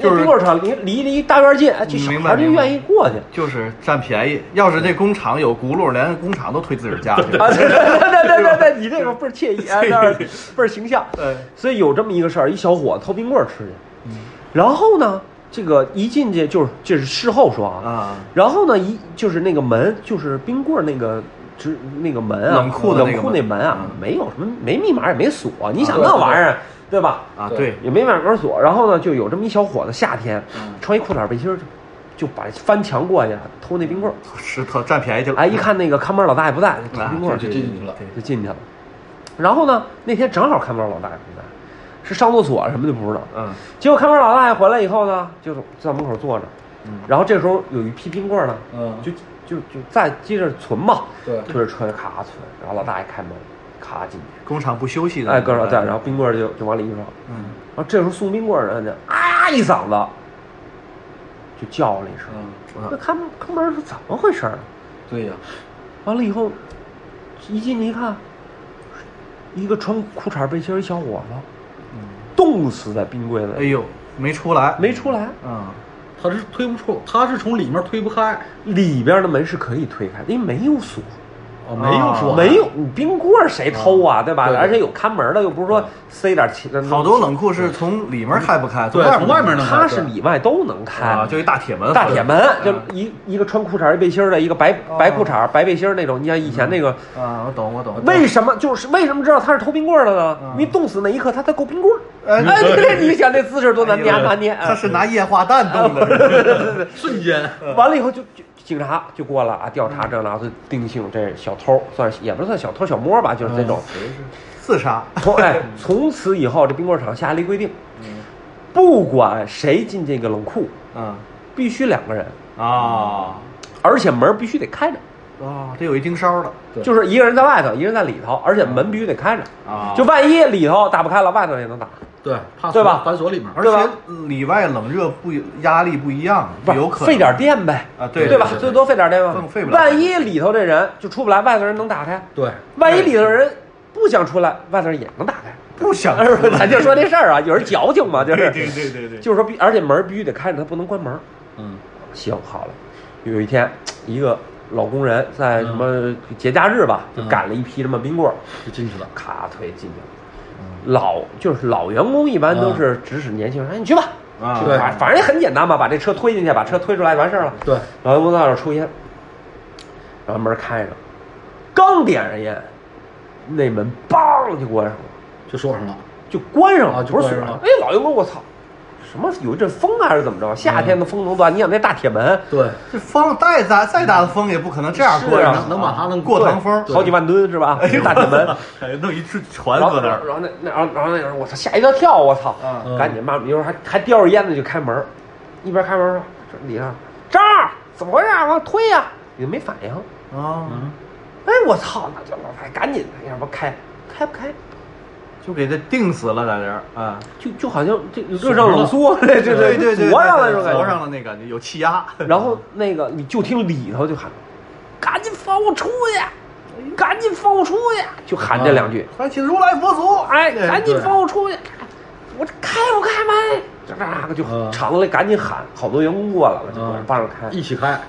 Speaker 1: 那冰棍儿厂离离离大院近，哎，这小
Speaker 3: 明
Speaker 1: 孩
Speaker 3: 白
Speaker 1: 儿就
Speaker 3: 明白
Speaker 1: 愿意过去。
Speaker 3: 就是占便宜。要是这工厂有轱辘，连工厂都推自个儿家 去
Speaker 1: 啊，对对对对对对，你这个倍儿惬意，哎，那儿倍儿形象。
Speaker 3: 对
Speaker 1: 所以有这么一个事儿，一小伙子偷冰棍儿吃去，然后呢，这个一进去就是就是事后说啊，
Speaker 3: 啊，
Speaker 1: 然后呢，一就是那个门，就是冰棍儿那个直那个门啊，
Speaker 3: 冷库的那
Speaker 1: 冷
Speaker 3: 个
Speaker 1: 库
Speaker 3: 门
Speaker 1: 那门啊，
Speaker 3: 嗯
Speaker 1: 没有什么，没密码也没锁，你想
Speaker 2: 对
Speaker 1: 那
Speaker 2: 对
Speaker 1: 玩意儿，对吧？
Speaker 3: 啊，
Speaker 2: 对
Speaker 3: 对，
Speaker 1: 也没密码锁。然后呢，就有这么一小伙子，夏天
Speaker 2: 嗯
Speaker 1: 穿一裤衩背心儿就，就把翻墙过去偷那冰棍儿。
Speaker 3: 是偷占便宜去了。
Speaker 1: 哎，一看那个看门老大爷不在，偷
Speaker 3: 嗯啊
Speaker 1: 冰棍儿
Speaker 2: 就
Speaker 1: 去
Speaker 2: 进去了
Speaker 1: 就进去了。然后呢，那天正好看门老大爷不在，是上厕所什么就不知道。
Speaker 3: 嗯，
Speaker 1: 结果看门老大爷回来以后呢，就是在门口坐着
Speaker 3: 嗯，
Speaker 1: 然后这时候有一批冰棍儿呢，
Speaker 2: 嗯
Speaker 1: 就就就再接着存嘛，
Speaker 2: 对
Speaker 1: 推着车咔存，然后老大爷开门，咔进去，
Speaker 3: 工厂不休息的。
Speaker 1: 哎，哥说对，然后冰棍儿就就往里一放，
Speaker 3: 嗯，
Speaker 1: 然后这时候送冰棍儿的人就啊一嗓子，就叫了一声，
Speaker 2: 嗯，
Speaker 1: 那看看门儿是怎么回事儿啊？
Speaker 2: 对呀，
Speaker 1: 完了以后，一进去一看，一个穿裤衩背心儿一小伙子，
Speaker 2: 嗯
Speaker 1: 冻死在冰柜子
Speaker 3: 哎
Speaker 1: 里，
Speaker 3: 呦，没出来，
Speaker 1: 没出来。
Speaker 2: 嗯
Speaker 3: 啊，
Speaker 2: 他是推不出，他是从里面推不开，
Speaker 1: 里边的门是可以推开的，因为没有锁，
Speaker 2: 哦，没有说、
Speaker 3: 啊
Speaker 1: 没有你冰棍儿谁偷啊，对吧？
Speaker 3: 对对啊
Speaker 1: 而且有看门的，又不是说塞点钱。
Speaker 3: 好多冷库是从里面开不开，
Speaker 2: 对
Speaker 3: 外
Speaker 2: 从外面能开
Speaker 1: 它是里外都能
Speaker 3: 啊，
Speaker 1: 开，哎
Speaker 3: 就一大铁门，
Speaker 1: 大铁门
Speaker 3: 啊
Speaker 1: 就一一个穿裤衩儿一背心儿的，一个白
Speaker 3: 哦
Speaker 1: 白裤衩儿白背心儿那种。你像以前那个，
Speaker 3: 啊，我懂我懂，
Speaker 1: 为什么就是为什么知道他是偷冰棍儿的呢？
Speaker 3: 嗯
Speaker 1: 因为冻死那一刻他在够冰棍儿。
Speaker 3: 哎
Speaker 1: 哎，对对， 你想这姿势多难捏难捏。啊
Speaker 3: 他是拿液化氮冻的，
Speaker 2: 瞬间，
Speaker 3: 嗯
Speaker 1: 完了以后就就警察就过来啊，调查这那，就定性这小偷算是也不算小偷小摸吧，
Speaker 3: 嗯
Speaker 1: 就是这种。
Speaker 2: 嗯
Speaker 3: 自杀，
Speaker 1: 从哎，从此以后这冰棍厂下了一规定，不管谁进这个冷库，
Speaker 3: 嗯
Speaker 1: 必须两个人，
Speaker 3: 啊
Speaker 1: 而且门必须得开着，
Speaker 3: 啊，这有一盯梢的
Speaker 2: 对
Speaker 1: 就是一个人在外头，一个人在里头，而且门必须得开着。
Speaker 3: 嗯啊，
Speaker 1: 就万一里头打不开了，外头也能打。
Speaker 2: 对，怕
Speaker 1: 对吧
Speaker 2: 反锁里面，
Speaker 3: 而
Speaker 1: 对吧
Speaker 3: 且里外冷热不压力不一样，
Speaker 1: 不是
Speaker 3: 有可能
Speaker 1: 费点电呗，
Speaker 3: 啊对
Speaker 1: 对吧
Speaker 3: 对对？对
Speaker 1: 最多费点电吧
Speaker 3: 更费不。了
Speaker 1: 万一里头这人就出不来，外头人能打开；
Speaker 2: 对，
Speaker 1: 万一里头人不想出来，外头人也能打开。
Speaker 3: 不想
Speaker 1: 哎不是咱就说这事儿啊，有人矫情嘛，就是
Speaker 3: 对对对对
Speaker 1: 就是说必，而且门儿必须得开着，他不能关门儿。
Speaker 2: 嗯，
Speaker 1: 行，好了，有一天，一个老工人在什么节假日吧，就
Speaker 2: 嗯
Speaker 1: 赶了一批这么冰棍儿，
Speaker 2: 就进去了，
Speaker 1: 咔腿进去
Speaker 2: 嗯
Speaker 1: 了。老就是老员工一般都是指使年轻人，哎，你去吧，
Speaker 3: 啊
Speaker 1: 去吧，反正也很简单嘛，把这车推进去，把车推出来完事儿了。
Speaker 2: 对，
Speaker 1: 老员工在那儿抽烟，然后门儿开着，刚点上烟，那门梆就关上了。
Speaker 2: 就说上了，
Speaker 1: 就关上
Speaker 2: 啊
Speaker 1: 了，
Speaker 2: 就
Speaker 1: 不是
Speaker 2: 关
Speaker 1: 锁
Speaker 2: 上
Speaker 1: 上
Speaker 2: 了
Speaker 1: 了。哎，老员工，我操，什么有一阵风啊还是怎么
Speaker 3: 嗯
Speaker 1: 着？夏天的风能断，你想那大铁门，
Speaker 2: 对，
Speaker 3: 这风再大再大的风也不可能这样过
Speaker 1: 是
Speaker 3: 呀，
Speaker 1: 啊
Speaker 3: 能
Speaker 2: 能把它弄
Speaker 3: 过堂风，
Speaker 1: 好几万吨是吧？大铁 门，
Speaker 3: 哎，弄一只船
Speaker 1: 然后
Speaker 3: 搁那
Speaker 1: 然
Speaker 3: 儿
Speaker 1: 后那那然后然后那人，我操，吓一大跳，我操，
Speaker 3: 嗯
Speaker 1: 赶紧慢慢，一会儿还还叼着烟呢就开门，一边开门说啊这里上张儿怎么回事啊？往推呀，也没反应。
Speaker 3: 啊，
Speaker 1: 哎，我操，那就老太赶紧，要不开开不开？
Speaker 3: 就给它定死了在这儿啊，
Speaker 1: 就就好像这热胀冷缩，对对
Speaker 3: 对对对，
Speaker 1: 灼上了那种感觉，
Speaker 3: 灼上了那感觉，有气压，
Speaker 1: 然后那个你就听里头就喊：“赶紧放我出去！赶紧放我出去！”就喊这两句。
Speaker 2: 啊
Speaker 3: 还请如来佛祖，
Speaker 1: 哎，
Speaker 3: 对
Speaker 1: 赶紧放我出去！我这开不开门？这那个就
Speaker 2: 嗯
Speaker 1: 厂子里赶紧喊，好多员工过来了，就
Speaker 2: 嗯
Speaker 1: 帮着开。
Speaker 2: 一起开，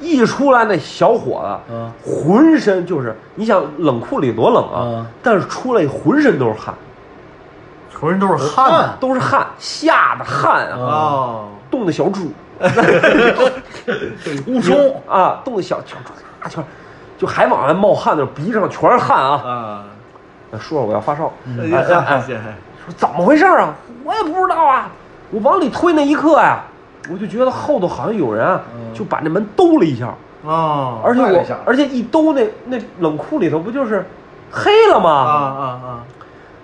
Speaker 1: 一出来，那小伙
Speaker 2: 嗯
Speaker 1: 子浑身就是，你想冷库里多冷
Speaker 2: 嗯
Speaker 1: 啊，但是出来浑身都是汗，
Speaker 3: 浑身都是汗
Speaker 1: 都是汗，吓得汗啊，
Speaker 3: 哦，
Speaker 1: 冻得小 猪。
Speaker 2: 雾凇，
Speaker 1: 啊，冻得小全全全，就还往外冒汗那种，鼻上全是汗啊！
Speaker 3: 啊，
Speaker 1: 叔叔，我要发烧。
Speaker 3: 哎
Speaker 2: 嗯
Speaker 1: 哎哎哎
Speaker 3: 呀，
Speaker 1: 说怎么回事啊？我也不知道啊。我往里推那一刻呀、我就觉得后头好像有人啊，
Speaker 2: 嗯
Speaker 1: 就把那门兜了一下，
Speaker 3: 哦，
Speaker 1: 而且
Speaker 2: 踹了
Speaker 1: 我
Speaker 2: 一下
Speaker 1: 而且一兜那那冷库里头不就是黑了吗？
Speaker 3: 啊啊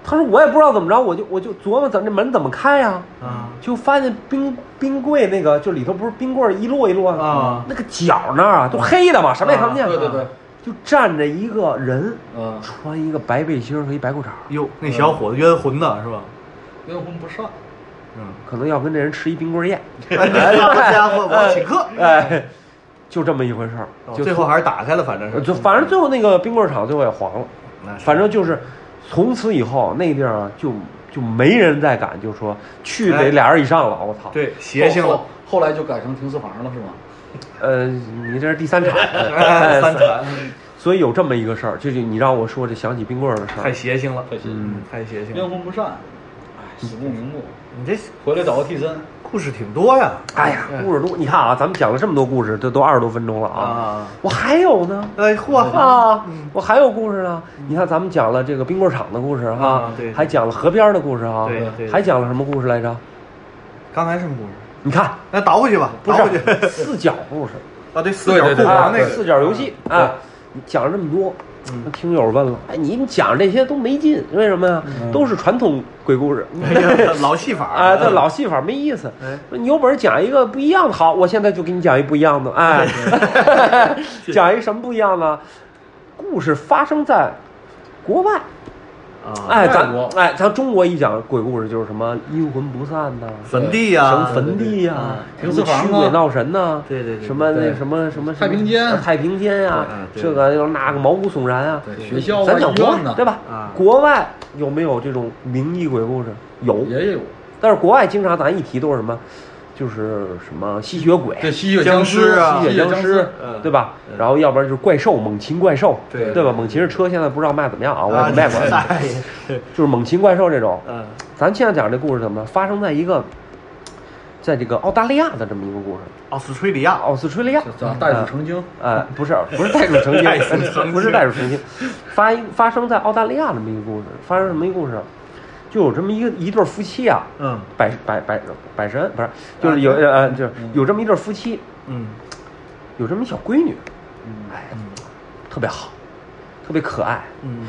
Speaker 1: 他说我也不知道怎么着，我就我就琢磨怎么这门怎么开呀、
Speaker 3: 啊啊
Speaker 1: 就发现冰冰柜那个就里头不是冰棍儿一摞一摞的
Speaker 3: 啊
Speaker 1: 那个角那儿啊都黑的嘛，什么也看不见。
Speaker 2: 啊对对对，
Speaker 1: 就站着一个人，
Speaker 2: 嗯，
Speaker 1: 穿一个白背心儿和一白裤衩儿，
Speaker 3: 哟，那小伙子冤魂呢是吧？
Speaker 2: 冤魂不散，
Speaker 3: 嗯，
Speaker 1: 可能要跟这人吃一冰棍儿宴。
Speaker 3: 好哎家伙，我请客，
Speaker 1: 哎，就这么一回事儿。
Speaker 3: 哎哦
Speaker 1: 就
Speaker 3: 最后还是打开了，反正是，嗯哎
Speaker 1: 就反正最后那个冰棍儿厂最后也黄了，
Speaker 3: 那是
Speaker 1: 反正就是从此以后那地儿啊就就没人再敢就说去
Speaker 3: 哎
Speaker 1: 得俩人以上了。我操！，
Speaker 3: 对邪性
Speaker 2: 后
Speaker 3: 了
Speaker 2: 后，后来就改成停尸房了，是吗？
Speaker 1: 呃，你这是第三场，
Speaker 3: 哎三
Speaker 1: 哎
Speaker 3: 传
Speaker 1: 所以有这么一个事儿，就是你让我说这想起冰棍儿的事
Speaker 3: 太
Speaker 1: 儿，
Speaker 3: 邪性了，
Speaker 2: 太邪性了
Speaker 3: 嗯，太邪性
Speaker 2: 冤
Speaker 3: 了。
Speaker 2: 魂不散，哎死不瞑目，
Speaker 3: 你这
Speaker 2: 回来找个替身，
Speaker 3: 故事挺多呀，
Speaker 1: 哎呀，
Speaker 3: 哎
Speaker 1: 故事多。你看啊，咱们讲了这么多故事，这都二十多分钟了
Speaker 3: 啊嗯
Speaker 1: 啊，我还有呢。
Speaker 3: 哎嚯，
Speaker 1: 啊，我还有故事呢。你看，咱们讲了这个冰棍厂的故事哈
Speaker 3: 嗯啊对对，
Speaker 1: 还讲了河边的故事哈
Speaker 3: 对对，对
Speaker 1: 还讲了什么故事来着？
Speaker 3: 刚才什么故事？
Speaker 1: 你看，
Speaker 3: 那倒回去吧，
Speaker 1: 不
Speaker 3: 倒回去
Speaker 1: 是四角故事，
Speaker 3: 啊，对，嗯四角
Speaker 2: 对对
Speaker 3: 裤
Speaker 2: 对
Speaker 3: 衩
Speaker 1: 啊
Speaker 3: 那个
Speaker 1: 四角游戏啊。你讲了这么多，那听友问了，哎，你们讲这些都没劲，为什么呀？都是传统鬼故事。
Speaker 3: 嗯哎呀老戏法
Speaker 2: 嗯
Speaker 1: 啊，这老戏法没意思
Speaker 3: 哎。
Speaker 1: 你有本事讲一个不一样的，好，我现在就给你讲一不一样的。哎， 讲一什么不一样呢？故事发生在国外，
Speaker 3: 啊
Speaker 1: 哎，咱
Speaker 2: 外国
Speaker 1: 哎，咱中国一讲鬼故事就是什么阴魂不散呐、
Speaker 3: 坟地呀、
Speaker 1: 什么坟地呀、
Speaker 2: 对对对
Speaker 1: 什么驱鬼闹神呐、
Speaker 3: 对对对
Speaker 1: 什么那
Speaker 2: 啊对
Speaker 1: 什么什么什么
Speaker 2: 太平间啊
Speaker 1: 啊太平间呀、
Speaker 3: 对对
Speaker 1: 这个又那个毛骨悚然啊，
Speaker 2: 对学校啊
Speaker 1: 咱讲
Speaker 2: 医
Speaker 1: 国外
Speaker 2: 院呢，
Speaker 1: 对？吧？
Speaker 3: 啊
Speaker 1: 国外有没有这种灵异鬼故事？有，
Speaker 2: 也有，
Speaker 1: 但是国外经常咱一提都是什么，就是什么吸血鬼，
Speaker 2: 对吸血
Speaker 3: 僵
Speaker 2: 尸
Speaker 3: 尸啊
Speaker 1: 吸血
Speaker 2: 血
Speaker 1: 僵
Speaker 2: 尸，
Speaker 3: 嗯
Speaker 1: 对吧？然后要不然就是怪兽，猛禽怪兽，
Speaker 3: 对
Speaker 1: 对吧？猛禽是车，现在不知道卖怎么样啊，我也
Speaker 3: 啊
Speaker 1: 没卖过，
Speaker 3: 大爷，
Speaker 1: 就是猛禽怪兽这种。
Speaker 3: 嗯
Speaker 1: 咱现在讲这故事怎么了发生在一个，在这个澳大利亚的这么一个故事，
Speaker 3: 奥斯崔利亚，
Speaker 1: 奥斯崔利亚，
Speaker 2: 叫袋鼠成精，
Speaker 1: 呃，不是，不是袋鼠成精，不是袋鼠成精，发一发生在澳大利亚这么一个故事，发生什么一个故事？就有这么一个一对夫妻啊，
Speaker 3: 嗯
Speaker 1: 百百百百神不是，就是有呃，就是有这么一对夫妻，
Speaker 3: 嗯
Speaker 1: 有这么一小闺女，
Speaker 2: 嗯，
Speaker 1: 哎，特别好，特别可爱，
Speaker 3: 嗯，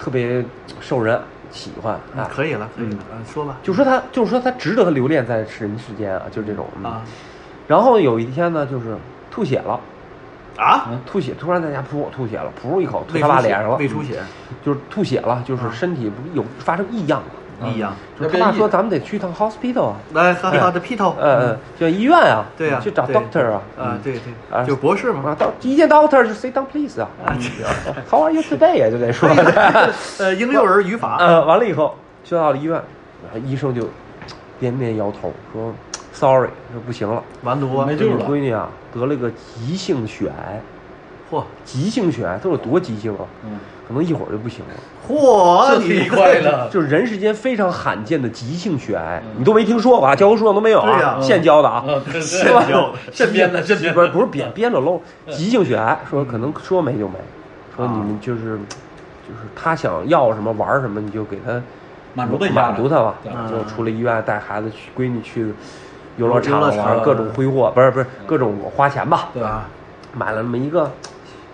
Speaker 1: 特别受人喜欢，哎
Speaker 3: 嗯，可以了，可以了，嗯，说吧，
Speaker 1: 就说她，就是说她值得留恋在人世间啊，就是这种嗯
Speaker 3: 啊
Speaker 1: 然后有一天呢，就是吐血了，
Speaker 3: 啊，
Speaker 1: 吐血，突然在家噗吐血了，噗一口吐
Speaker 3: 胃
Speaker 1: 他爸
Speaker 3: 出血
Speaker 1: 脸上了，
Speaker 3: 胃出血，
Speaker 1: 就是吐血了，就是
Speaker 3: 啊
Speaker 1: 身体不是有发生异样了。
Speaker 2: 嗯
Speaker 3: 异哎样，
Speaker 1: 就是他爸说咱们得去趟 hospital 啊，
Speaker 3: 来，哈哈的劈头，
Speaker 1: 呃呃，就医院啊，
Speaker 3: 对呀，
Speaker 1: 去找
Speaker 3: 对
Speaker 1: doctor 啊，
Speaker 3: 啊，对
Speaker 1: 啊
Speaker 3: 对，就博士嘛
Speaker 1: 啊，，到一见 doctor 就 sit down please 啊
Speaker 3: 啊，
Speaker 1: ，How are you today 啊呀，就得说，
Speaker 3: 呃，婴幼儿语法，
Speaker 1: 呃，完了以后就到了医院，然后医生就连连摇头说 sorry，说不行了，
Speaker 3: 完犊啊，
Speaker 2: 没
Speaker 1: 这
Speaker 2: 救
Speaker 1: 个
Speaker 2: 了
Speaker 1: 闺女啊得了个急性血癌，
Speaker 3: 嚯
Speaker 1: 急性血癌都有多急性啊？
Speaker 2: 嗯，
Speaker 1: 可能一会儿就不行了，
Speaker 3: 嚯，你
Speaker 2: 快乐，
Speaker 1: 就是人世间非常罕见的急性血癌，你都没听说过啊，教科书上都没有
Speaker 3: 对
Speaker 1: 啊，
Speaker 3: 呀
Speaker 1: 现教的啊，
Speaker 2: 啊，对
Speaker 1: 是吧？
Speaker 2: 这编的，这编
Speaker 1: 不是
Speaker 2: 的，
Speaker 1: 不是编编了喽，急性血癌，说可能说没就没，说你们就是就是他想要什么玩儿什么，你就给他
Speaker 2: 满足他一下
Speaker 1: 满足他吧
Speaker 2: 对，
Speaker 1: 就出了医院带孩子去闺女去游乐场
Speaker 3: 游乐场
Speaker 1: 玩各种挥霍，不是不是各种花钱吧，
Speaker 2: 对
Speaker 3: 啊，
Speaker 1: 买了那么一个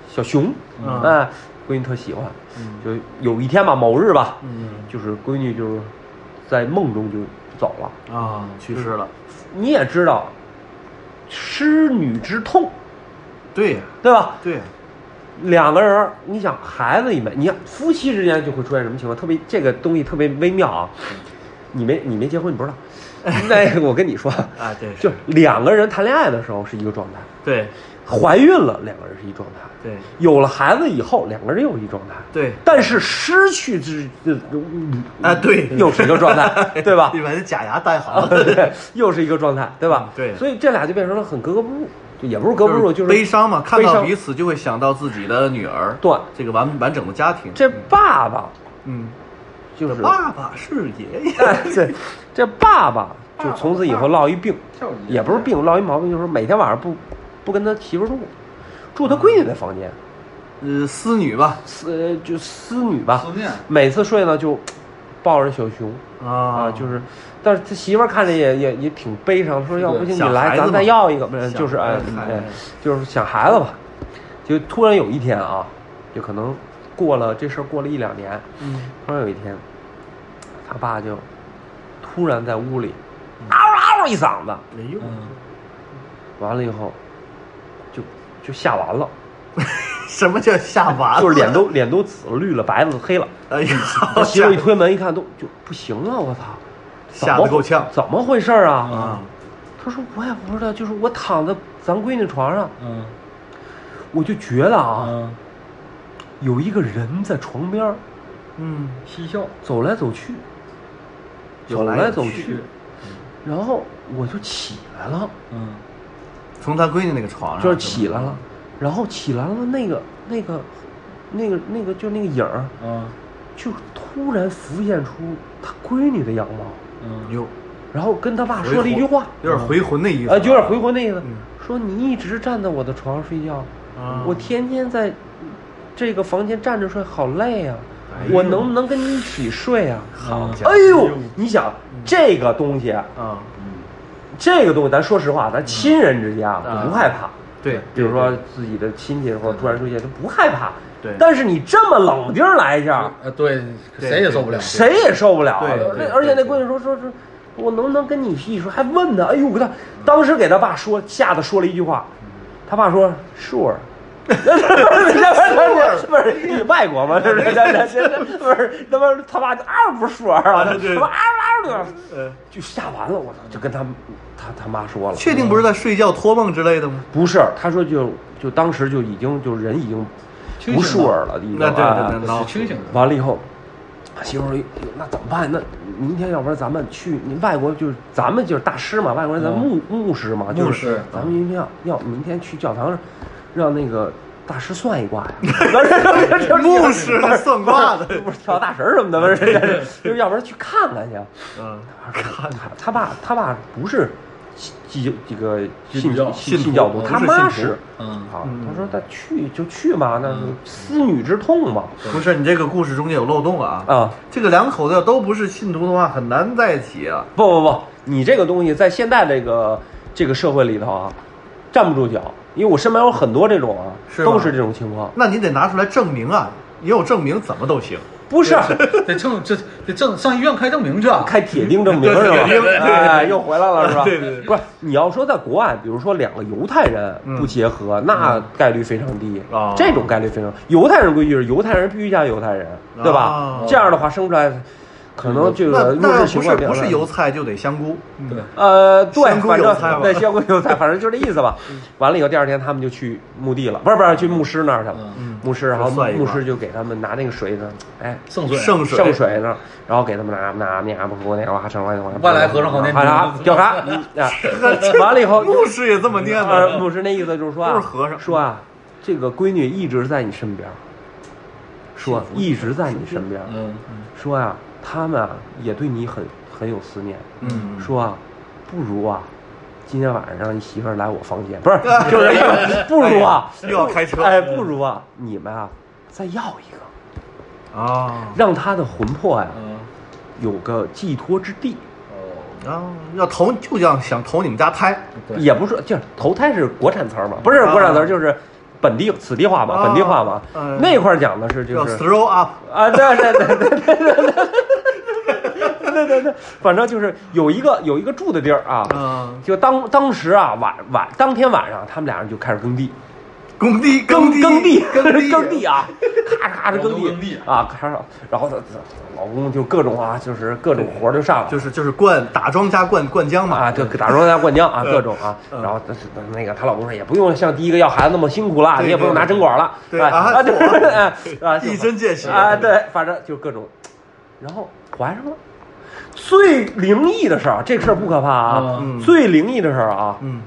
Speaker 1: 小熊，
Speaker 3: 嗯
Speaker 1: 哎，闺女特喜欢，就有一天吧，某日吧，
Speaker 3: 嗯
Speaker 1: 就是闺女就是在梦中就走了，
Speaker 3: 啊，去世了，
Speaker 1: 你也知道，失女之痛，
Speaker 3: 对呀
Speaker 1: 对吧？
Speaker 3: 对呀，
Speaker 1: 两个人儿，你想孩子一没，你看夫妻之间就会出现什么情况？特别这个东西特别微妙啊！
Speaker 3: 嗯
Speaker 1: 你没你没结婚，你不知道。那个我跟你说，
Speaker 3: 啊对
Speaker 1: 就两个人谈恋爱的时候是一个状态，
Speaker 3: 对
Speaker 1: 怀孕了两个人是一状态，
Speaker 3: 对
Speaker 1: 有了孩子以后两个人又一状态，
Speaker 3: 对，
Speaker 1: 但是失去之这
Speaker 3: 啊对，
Speaker 1: 又是一个状态，对 吧
Speaker 3: 你？把这假牙戴 好，
Speaker 1: 对，又是一个状态，对吧？
Speaker 3: 嗯对
Speaker 1: 所以这俩就变成了很格格不入，就也不是格格不入，就是
Speaker 3: 悲伤嘛，看
Speaker 1: 悲
Speaker 3: 到
Speaker 1: 伤
Speaker 3: 彼此就会想到自己的女儿，
Speaker 1: 对
Speaker 3: 这个完完整的家庭，
Speaker 1: 这爸爸
Speaker 3: 嗯，
Speaker 1: 就是
Speaker 3: 爸爸是爷爷，
Speaker 1: 哎，这这爸爸就从此以后落一病，
Speaker 2: 跳一
Speaker 1: 也不是病，落一毛病，就是每天晚上不不跟他媳妇住，住他闺女的房间，
Speaker 3: 呃，私女吧，
Speaker 1: 私就私女吧
Speaker 2: 思，念，
Speaker 1: 每次睡呢就抱着小熊啊，就是，但是他媳妇儿看着也也也挺悲伤，说要不行你
Speaker 3: 想孩
Speaker 1: 来，
Speaker 3: 子
Speaker 1: 咱再
Speaker 3: 嘛
Speaker 1: 要一个，不是
Speaker 3: 想
Speaker 1: 就是哎
Speaker 3: 孩子
Speaker 1: 哎，就是想孩子吧，就突然有一天啊，就可能过了这事儿过了一两年，
Speaker 3: 嗯，
Speaker 1: 突然有一天，他爸就突然在屋里嗷嗷一嗓子，
Speaker 3: 哎呦，
Speaker 2: 嗯，
Speaker 1: 完了以后就就吓完了，
Speaker 3: 什么叫下娃？
Speaker 1: 就是脸都脸都紫了、绿了、白了、黑了。
Speaker 3: 哎呀，
Speaker 1: 他媳妇一推门一看，都就不行啊！我操，怎么
Speaker 3: 吓得够呛
Speaker 1: 怎么回事啊？
Speaker 3: 啊，
Speaker 1: 他说我也不知道，就是我躺在咱闺女床上，
Speaker 2: 嗯
Speaker 1: 我就觉得啊，
Speaker 2: 嗯，
Speaker 1: 有一个人在床边儿
Speaker 3: 嗯，
Speaker 2: 嬉笑，
Speaker 1: 走来走去，
Speaker 3: 有
Speaker 1: 走
Speaker 3: 来
Speaker 1: 来
Speaker 3: 有
Speaker 1: 走
Speaker 3: 去
Speaker 1: 去，然后我就起来了。
Speaker 2: 嗯，
Speaker 3: 从他闺女那个床上啊
Speaker 1: 就是起来了，然后起来了，那个那个那个那个就那个影儿，
Speaker 2: 嗯
Speaker 1: 就突然浮现出他闺女的样貌，
Speaker 2: 嗯，
Speaker 3: 有
Speaker 1: 然后跟他爸说了一句话，
Speaker 3: 有点回魂的意思，
Speaker 1: 啊，有点回魂那意思
Speaker 3: 嗯，
Speaker 1: 说你一直站在我的床上睡觉，
Speaker 3: 啊
Speaker 1: 我天天在这个房间站着睡，好累啊
Speaker 3: 哎。
Speaker 1: 我能不能跟你一起睡啊？
Speaker 3: 好家伙嗯
Speaker 1: 哎呦，你想这个东西，
Speaker 3: 啊，
Speaker 1: 这个东西，咱说实话，咱亲人之间啊
Speaker 3: 嗯
Speaker 1: 不害怕，
Speaker 3: 对，嗯
Speaker 1: 比如说自己的亲戚或者突然出现，他不害怕。
Speaker 3: 对
Speaker 1: 但是你这么冷不丁儿来一下，
Speaker 2: 啊，对，谁也受不了，
Speaker 1: 谁也受不了啊。
Speaker 3: 对对
Speaker 1: 那而且那
Speaker 3: 对对
Speaker 1: 闺女说说说，我能不能跟你一起说？还问他，哎呦，给他当时给
Speaker 3: 嗯
Speaker 1: 他爸说，吓得说了一句话，他爸说 sure。 是不是外国嘛，是不是？这这这这不是他妈他妈嗷不说啊，他妈嗷嗷的，就吓完了，我操！就跟他他他妈说了，
Speaker 3: 嗯确定不是在睡觉、托梦之类的吗？
Speaker 1: 不是，他说就就当时就已经就人已经
Speaker 2: 清醒
Speaker 1: 不
Speaker 2: 了
Speaker 1: 舒尔了，已经
Speaker 3: 那对
Speaker 1: 啊
Speaker 3: 对对
Speaker 2: 是清醒的。
Speaker 1: 完了以后，媳妇儿说：“哟那怎么办？那明天要不然咱们去您外国，就是咱们就是大师嘛，外国人咱
Speaker 3: 嗯
Speaker 1: 牧、牧师嘛，就是
Speaker 2: 牧师
Speaker 1: 咱们明天要要明天去教堂，让那个大师算一卦 呀。
Speaker 3: 牧师还算卦的
Speaker 1: 嗯不 是不是跳大神儿什么的，不是，就是要不然去看看去。
Speaker 3: 嗯，
Speaker 1: 看看他爸，他爸不是信基这个信
Speaker 2: 信教
Speaker 1: 信
Speaker 3: 信徒
Speaker 1: 教徒，
Speaker 3: 不
Speaker 1: 他
Speaker 3: 是
Speaker 1: 妈
Speaker 3: 信徒
Speaker 1: 是。”
Speaker 2: 嗯，
Speaker 1: 啊，
Speaker 3: 嗯
Speaker 1: 他说他去就去嘛，那
Speaker 2: 嗯
Speaker 1: 思女之痛嘛，
Speaker 3: 不是你这个故事中间有漏洞啊！
Speaker 1: 啊，
Speaker 3: 这个两口子要都不是信徒的话，很难在一起啊。
Speaker 1: 不不不，你这个东西在现在这个这个社会里头啊，站不住脚，因为我身边有很多这种啊，
Speaker 3: 是吗
Speaker 1: 都是这种情况。
Speaker 3: 那你得拿出来证明啊！你有证明怎么都行。
Speaker 1: 不是啊
Speaker 2: 得证这得证上医院开证明去啊。
Speaker 1: 开铁钉证明是吧
Speaker 3: 对铁钉对？
Speaker 1: 哎，又回来了是吧？
Speaker 3: 对对对嗯
Speaker 1: 不是你要说在国外，比如说两个犹太人不结合，那概率非常低
Speaker 3: 哦，
Speaker 1: 这种概率非常。犹太人规矩是犹太人必须嫁犹太人，对吧
Speaker 3: 哦？
Speaker 1: 这样的话生出来，可能这
Speaker 3: 那
Speaker 1: 个
Speaker 3: 那
Speaker 1: 弱势
Speaker 3: 不
Speaker 1: 情
Speaker 3: 是
Speaker 1: 况比较
Speaker 3: 不是
Speaker 1: 大
Speaker 3: 油菜就得香菇，
Speaker 2: 嗯对，
Speaker 1: 呃，对，
Speaker 3: 香菇
Speaker 1: 反
Speaker 3: 油菜吧
Speaker 1: 正对香菇油菜，反正就这意思吧。
Speaker 3: 嗯
Speaker 1: 完了以后，第二天他们就去墓地了，不是不是去牧师那儿去了。
Speaker 2: 嗯
Speaker 1: 牧师，然后
Speaker 3: 就算一
Speaker 1: 牧
Speaker 3: 卦
Speaker 1: 师就给他们拿那个水呢，哎，
Speaker 2: 圣水
Speaker 3: 圣水
Speaker 1: 圣水呢，然后给他们拿拿那啥不服那啥，成了
Speaker 2: 外来和尚好念经
Speaker 1: 啊，调查嗯啊， 完了以后，
Speaker 3: 牧师也这么念
Speaker 1: 呃，
Speaker 3: 的。
Speaker 1: 牧师那意思就是说啊，
Speaker 3: 都是和尚
Speaker 1: 说啊，这个闺女一直在你身边，说一直在你身边，
Speaker 2: 嗯，
Speaker 1: 说啊，他们啊也对你很很有思念，
Speaker 3: 嗯，
Speaker 1: 说啊，不如啊，今天晚上让你媳妇儿来我房间，不是，就是因 为不如啊，
Speaker 3: 哎呀又要开车
Speaker 1: 哎，不如啊，你们啊，再要一个，
Speaker 3: 啊
Speaker 1: 让他的魂魄呀、
Speaker 2: 嗯，
Speaker 1: 有个寄托之地，
Speaker 2: 哦，
Speaker 3: 啊，要投就想想投你们家胎，
Speaker 2: 对，
Speaker 1: 也不是说就是投胎是国产词儿嘛，不是
Speaker 3: 啊
Speaker 1: 国产词儿，就是本地此地话嘛，
Speaker 3: 啊
Speaker 1: 本地话嘛
Speaker 3: 嗯，
Speaker 1: 那块儿讲的是
Speaker 3: 要
Speaker 1: 就是
Speaker 3: throw up。
Speaker 1: 啊，对对对对对对对对对对，反正就是有一个有一个住的地儿啊。
Speaker 3: 嗯，
Speaker 1: 就当当时啊，晚晚当天晚上，他们俩人就开始耕地，
Speaker 3: 耕地地
Speaker 1: 耕地
Speaker 3: 耕 地
Speaker 1: 耕地啊，咔嚓咔嚓
Speaker 2: 劳
Speaker 1: 耕
Speaker 2: 动耕
Speaker 1: 地
Speaker 2: 地
Speaker 1: 啊，开始然后她老公就各种啊，就是各种活儿就上了，
Speaker 3: 就是就是灌打庄稼灌灌浆嘛。
Speaker 1: 啊，对，打庄稼
Speaker 3: 嗯
Speaker 1: 灌浆啊，各种啊，然后她那个她老公说也不用像第一个要孩子那么辛苦了，
Speaker 3: 对
Speaker 1: 你也不用拿针管了，
Speaker 3: 对
Speaker 1: 哎
Speaker 3: 啊
Speaker 1: 啊，对，
Speaker 3: 我
Speaker 1: 哎 啊，就
Speaker 3: 一针见血
Speaker 1: 啊，对，反正就各种，然后怀上了。最灵异的事儿，这事儿不可怕啊，
Speaker 2: 嗯
Speaker 1: 最灵异的事儿啊，
Speaker 3: 嗯，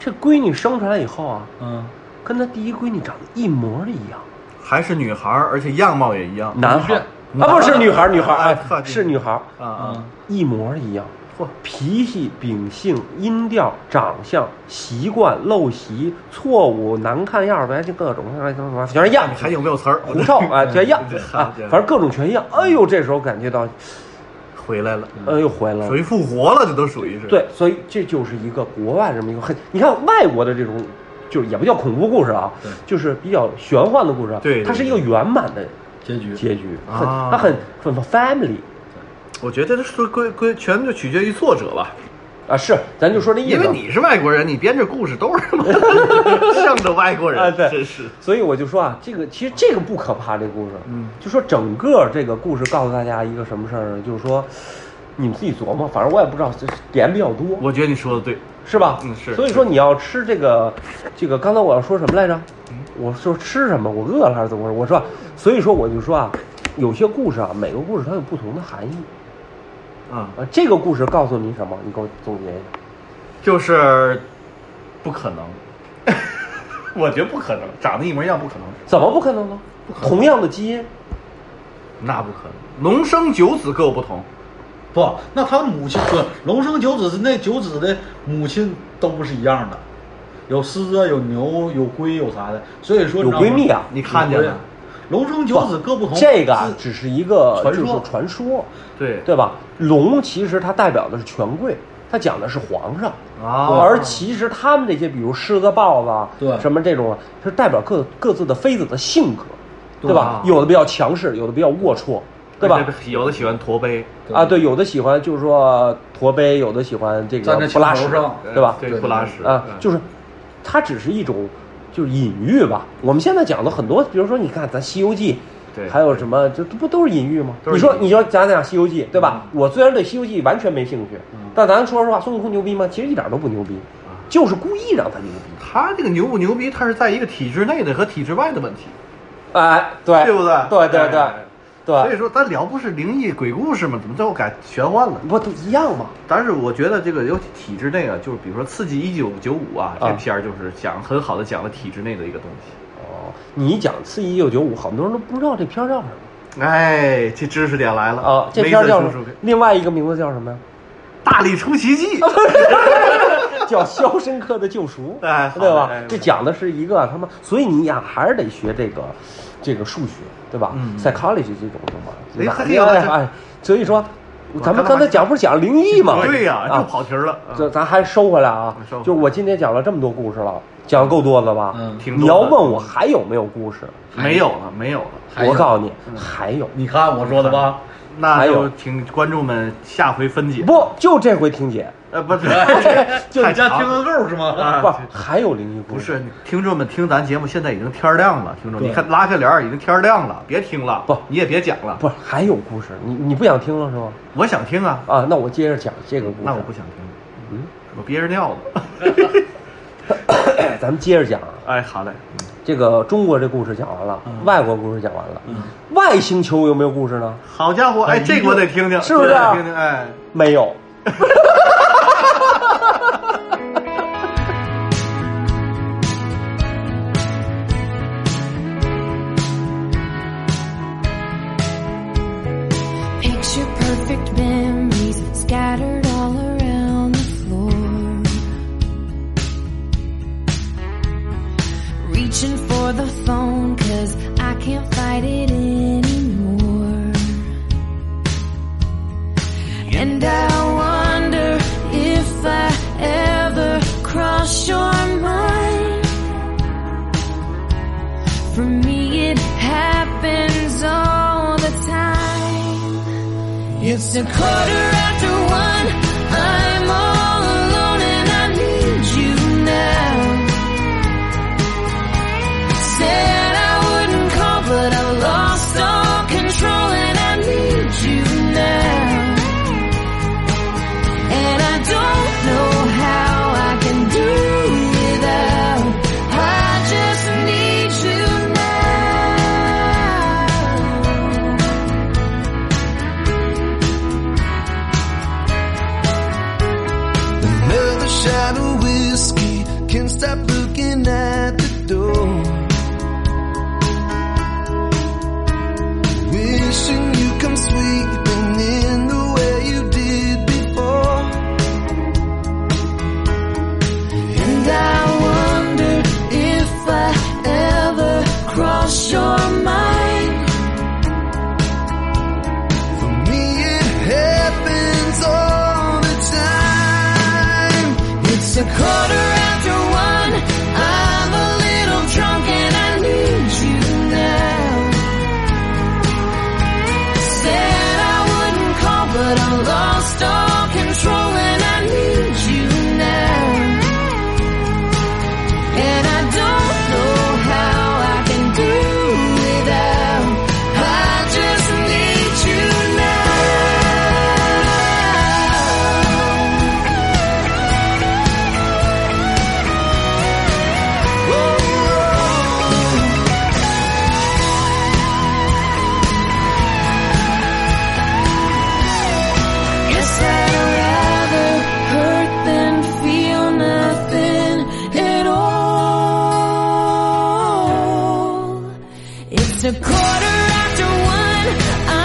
Speaker 1: 这闺女生出来以后啊，
Speaker 2: 嗯，
Speaker 1: 跟她第一闺女长得一模一样，
Speaker 3: 还是女孩儿，而且样貌也一样。
Speaker 1: 男孩儿
Speaker 3: 变
Speaker 1: 啊，不是女孩儿，女孩儿，
Speaker 3: 啊
Speaker 1: 哎，
Speaker 3: 靠
Speaker 1: 是女孩儿，
Speaker 3: 啊
Speaker 2: 嗯
Speaker 3: 啊，
Speaker 1: 一模一样。
Speaker 3: 嚯，
Speaker 1: 脾气、秉性、音调、长相、习惯、陋习、错误、难看样儿，反正就各种，全是一样
Speaker 3: 你，啊还有没有词儿？
Speaker 1: 狐 臭啊，全一样啊，反正各种全一样。哎呦，这时候感觉到，
Speaker 3: 回来了，
Speaker 1: 哎呦，回来
Speaker 3: 属
Speaker 1: 了。
Speaker 3: 于复活了，这都属于是。
Speaker 1: 对，所以这就是一个国外这么一个很，你看外国的这种，就是也不叫恐怖故事啊，就是比较玄幻的故事啊，
Speaker 3: 对对
Speaker 1: 它是一个圆满的
Speaker 2: 结局
Speaker 1: 结局，很
Speaker 3: 啊
Speaker 1: 它很很 family
Speaker 3: 我觉得这是归归全就取决于作者吧，
Speaker 1: 啊，是，咱就说这意思。啊
Speaker 3: 因为你是外国人，你编这故事都是 向着外国人，
Speaker 1: 啊对
Speaker 3: 真是。
Speaker 1: 所以我就说啊，这个其实这个不可怕，这故事，
Speaker 3: 嗯，
Speaker 1: 就说整个这个故事告诉大家一个什么事儿呢？就是说，你们自己琢磨，反正我也不知道，就是点比较多，
Speaker 3: 我觉得你说的对，
Speaker 1: 是吧？
Speaker 3: 嗯是
Speaker 1: 所以说你要吃这个，这个刚才我要说什么来着？
Speaker 3: 嗯
Speaker 1: 我说吃什么？我饿了还是怎么回事？我说，所以说我就说啊，有些故事啊，每个故事它有不同的含义
Speaker 3: 啊，
Speaker 1: 啊。这个故事告诉你什么？你给我总结一下。
Speaker 3: 就是不可能，我觉得不可能，长得一模一样不可能，
Speaker 1: 怎么不可能呢？同样的基因，
Speaker 3: 那不可能。龙生九子各有不同，
Speaker 2: 不，那他母亲不，龙生九子，那九子的母亲都不是一样的，有狮子，啊有牛，有龟，有啥的，所以说
Speaker 1: 有闺蜜啊
Speaker 3: 你看见
Speaker 2: 了
Speaker 3: 了？
Speaker 2: 龙生九子各不同，
Speaker 1: 这个啊
Speaker 2: 自
Speaker 1: 只是一个
Speaker 2: 传
Speaker 1: 就是
Speaker 2: 说
Speaker 1: 传说。
Speaker 3: 对
Speaker 1: 对吧？龙其实它代表的是权贵，它讲的是皇上。
Speaker 3: 啊
Speaker 1: 而其实他们这些，比如狮子、豹子啊，
Speaker 2: 对
Speaker 1: 什么这种啊，是代表各各自的妃子的性格，对
Speaker 3: 对
Speaker 1: 吧
Speaker 3: 啊？
Speaker 1: 有的比较强势，有的比较龌龊，对
Speaker 2: 哎
Speaker 1: 吧？？
Speaker 3: 有的喜欢驼背，
Speaker 1: 啊，对，有的喜欢就是说驼背，有的喜欢这个
Speaker 2: 站在
Speaker 1: 不拉
Speaker 2: 墙
Speaker 1: 屎
Speaker 2: 头上，
Speaker 1: 对吧？
Speaker 3: 对，
Speaker 2: 对
Speaker 3: 不拉屎
Speaker 1: 啊
Speaker 3: 嗯
Speaker 1: 啊，就是是它只是一种，就是隐喻吧。我们现在讲的很多，比如说你看咱《西游记》，
Speaker 3: 对
Speaker 1: 还有什么，这不都是隐喻吗？
Speaker 3: 都是
Speaker 1: 你说
Speaker 3: 隐喻嗯
Speaker 1: 你说咱俩《西游记》，对吧？我虽然对《西游记》完全没兴趣，但咱说实话，孙悟空牛逼吗？其实一点都不牛逼，
Speaker 3: 嗯
Speaker 1: 就是故意让他牛逼。
Speaker 3: 他这个牛不牛逼，他是在一个体制内的和体制外的问题。
Speaker 1: 哎，对，
Speaker 3: 对不对
Speaker 1: 对对对
Speaker 3: 哎所以
Speaker 1: 对，
Speaker 3: 说，咱聊不是灵异鬼故事嘛，怎么最后改玄幻了？
Speaker 1: 不都一样吗？
Speaker 3: 但是我觉得这个有体制内啊，就是比如说《刺激一九九五》啊，这
Speaker 1: 啊
Speaker 3: 片儿就是讲很好的讲了体制内的一个东西。
Speaker 1: 哦，你一讲《刺激一九九五》，好多人都不知道这片儿叫什么
Speaker 3: 哎，这知识点来了
Speaker 1: 啊？这
Speaker 3: 梅
Speaker 1: 片儿
Speaker 3: 森
Speaker 1: 叫
Speaker 3: 哎叔
Speaker 1: 什么
Speaker 3: 叔给？
Speaker 1: 另外一个名字叫什么呀？
Speaker 3: 大力出奇迹》
Speaker 1: 叫《肖申克的救赎》，
Speaker 3: 哎好的
Speaker 1: 对吧
Speaker 3: 哎？
Speaker 1: 这讲的是一个他们，所以你呀还是得学这个，这个数学，对吧
Speaker 3: 嗯
Speaker 1: ？psychology 这种东西
Speaker 3: 哎
Speaker 1: 嘛，
Speaker 3: 还
Speaker 1: 对吧
Speaker 3: 有
Speaker 1: 哎
Speaker 3: 这
Speaker 1: 哎，所以说
Speaker 3: 我，
Speaker 1: 咱们
Speaker 3: 刚
Speaker 1: 刚
Speaker 3: 才
Speaker 1: 才讲不是讲灵异吗？
Speaker 3: 对呀，又
Speaker 1: 啊，
Speaker 3: 跑题儿了。
Speaker 1: 这咱还收回来啊
Speaker 3: 收回来，
Speaker 1: 就我今天讲了这么多故事了，讲得够多了吧？
Speaker 2: 嗯
Speaker 3: 挺多的
Speaker 1: 你要问我还有没有故事？
Speaker 3: 嗯没有了，没有了。嗯
Speaker 2: 还有
Speaker 1: 我告诉你，还有，
Speaker 2: 你看我说的吧，
Speaker 3: 那
Speaker 1: 还有
Speaker 3: 就请观众们下回分解。
Speaker 1: 不就这回听姐，
Speaker 3: 呃，不是，
Speaker 2: 哎
Speaker 1: 就
Speaker 2: 大
Speaker 3: 太
Speaker 2: 家
Speaker 3: 长
Speaker 2: 听个够是吗？
Speaker 3: 啊
Speaker 1: 不还有灵异故
Speaker 3: 不
Speaker 1: 事？
Speaker 3: 是，听众们听咱节目，现在已经天儿亮了。听众，
Speaker 2: 对
Speaker 3: 你看拉开帘儿，已经天儿亮了，别听了，
Speaker 1: 不
Speaker 3: 你也别讲了。
Speaker 1: 不是还有故事？你你不想听了是吗？
Speaker 3: 我想听啊，
Speaker 1: 啊，那我接着讲这个故事。
Speaker 3: 那我不想听，
Speaker 1: 嗯，
Speaker 3: 我憋着尿了。
Speaker 1: 咱们接着讲啊。
Speaker 3: 哎，好嘞，
Speaker 1: 这个中国这故事讲完了，外国故事讲完了，
Speaker 2: 嗯
Speaker 1: 外星球有没有故事呢？
Speaker 3: 好家伙，哎，这个我得听听，
Speaker 1: 是不是
Speaker 3: 这个我得听听，哎。
Speaker 1: 没有。
Speaker 4: Picture perfect memories scattered all around the floor. Reaching for the phone cause I can't fight it anymore. And I wonder if I ever cross your mind. For me, it happens all the time. It's a quarter after one. I'm all alone and I need you now. Said I wouldn't call, but I've lost all control and I need you now. And I don't know how I can do without. I just need you now.
Speaker 5: Another shot of whiskey can't stop looking at the door. Wishing you come sweeping in the way you did before.
Speaker 4: And I wonder if I ever cross your mind.
Speaker 5: For me, it happens all the time.
Speaker 4: It's a quarter after one. I'm a little drunk and I need you now. Said I wouldn't call, but I lost all control and I need you now. And I don't know how I can do without. I just need you now. Guess I'd rather hurt than feel nothing at all. It's a quarter after one. Oh,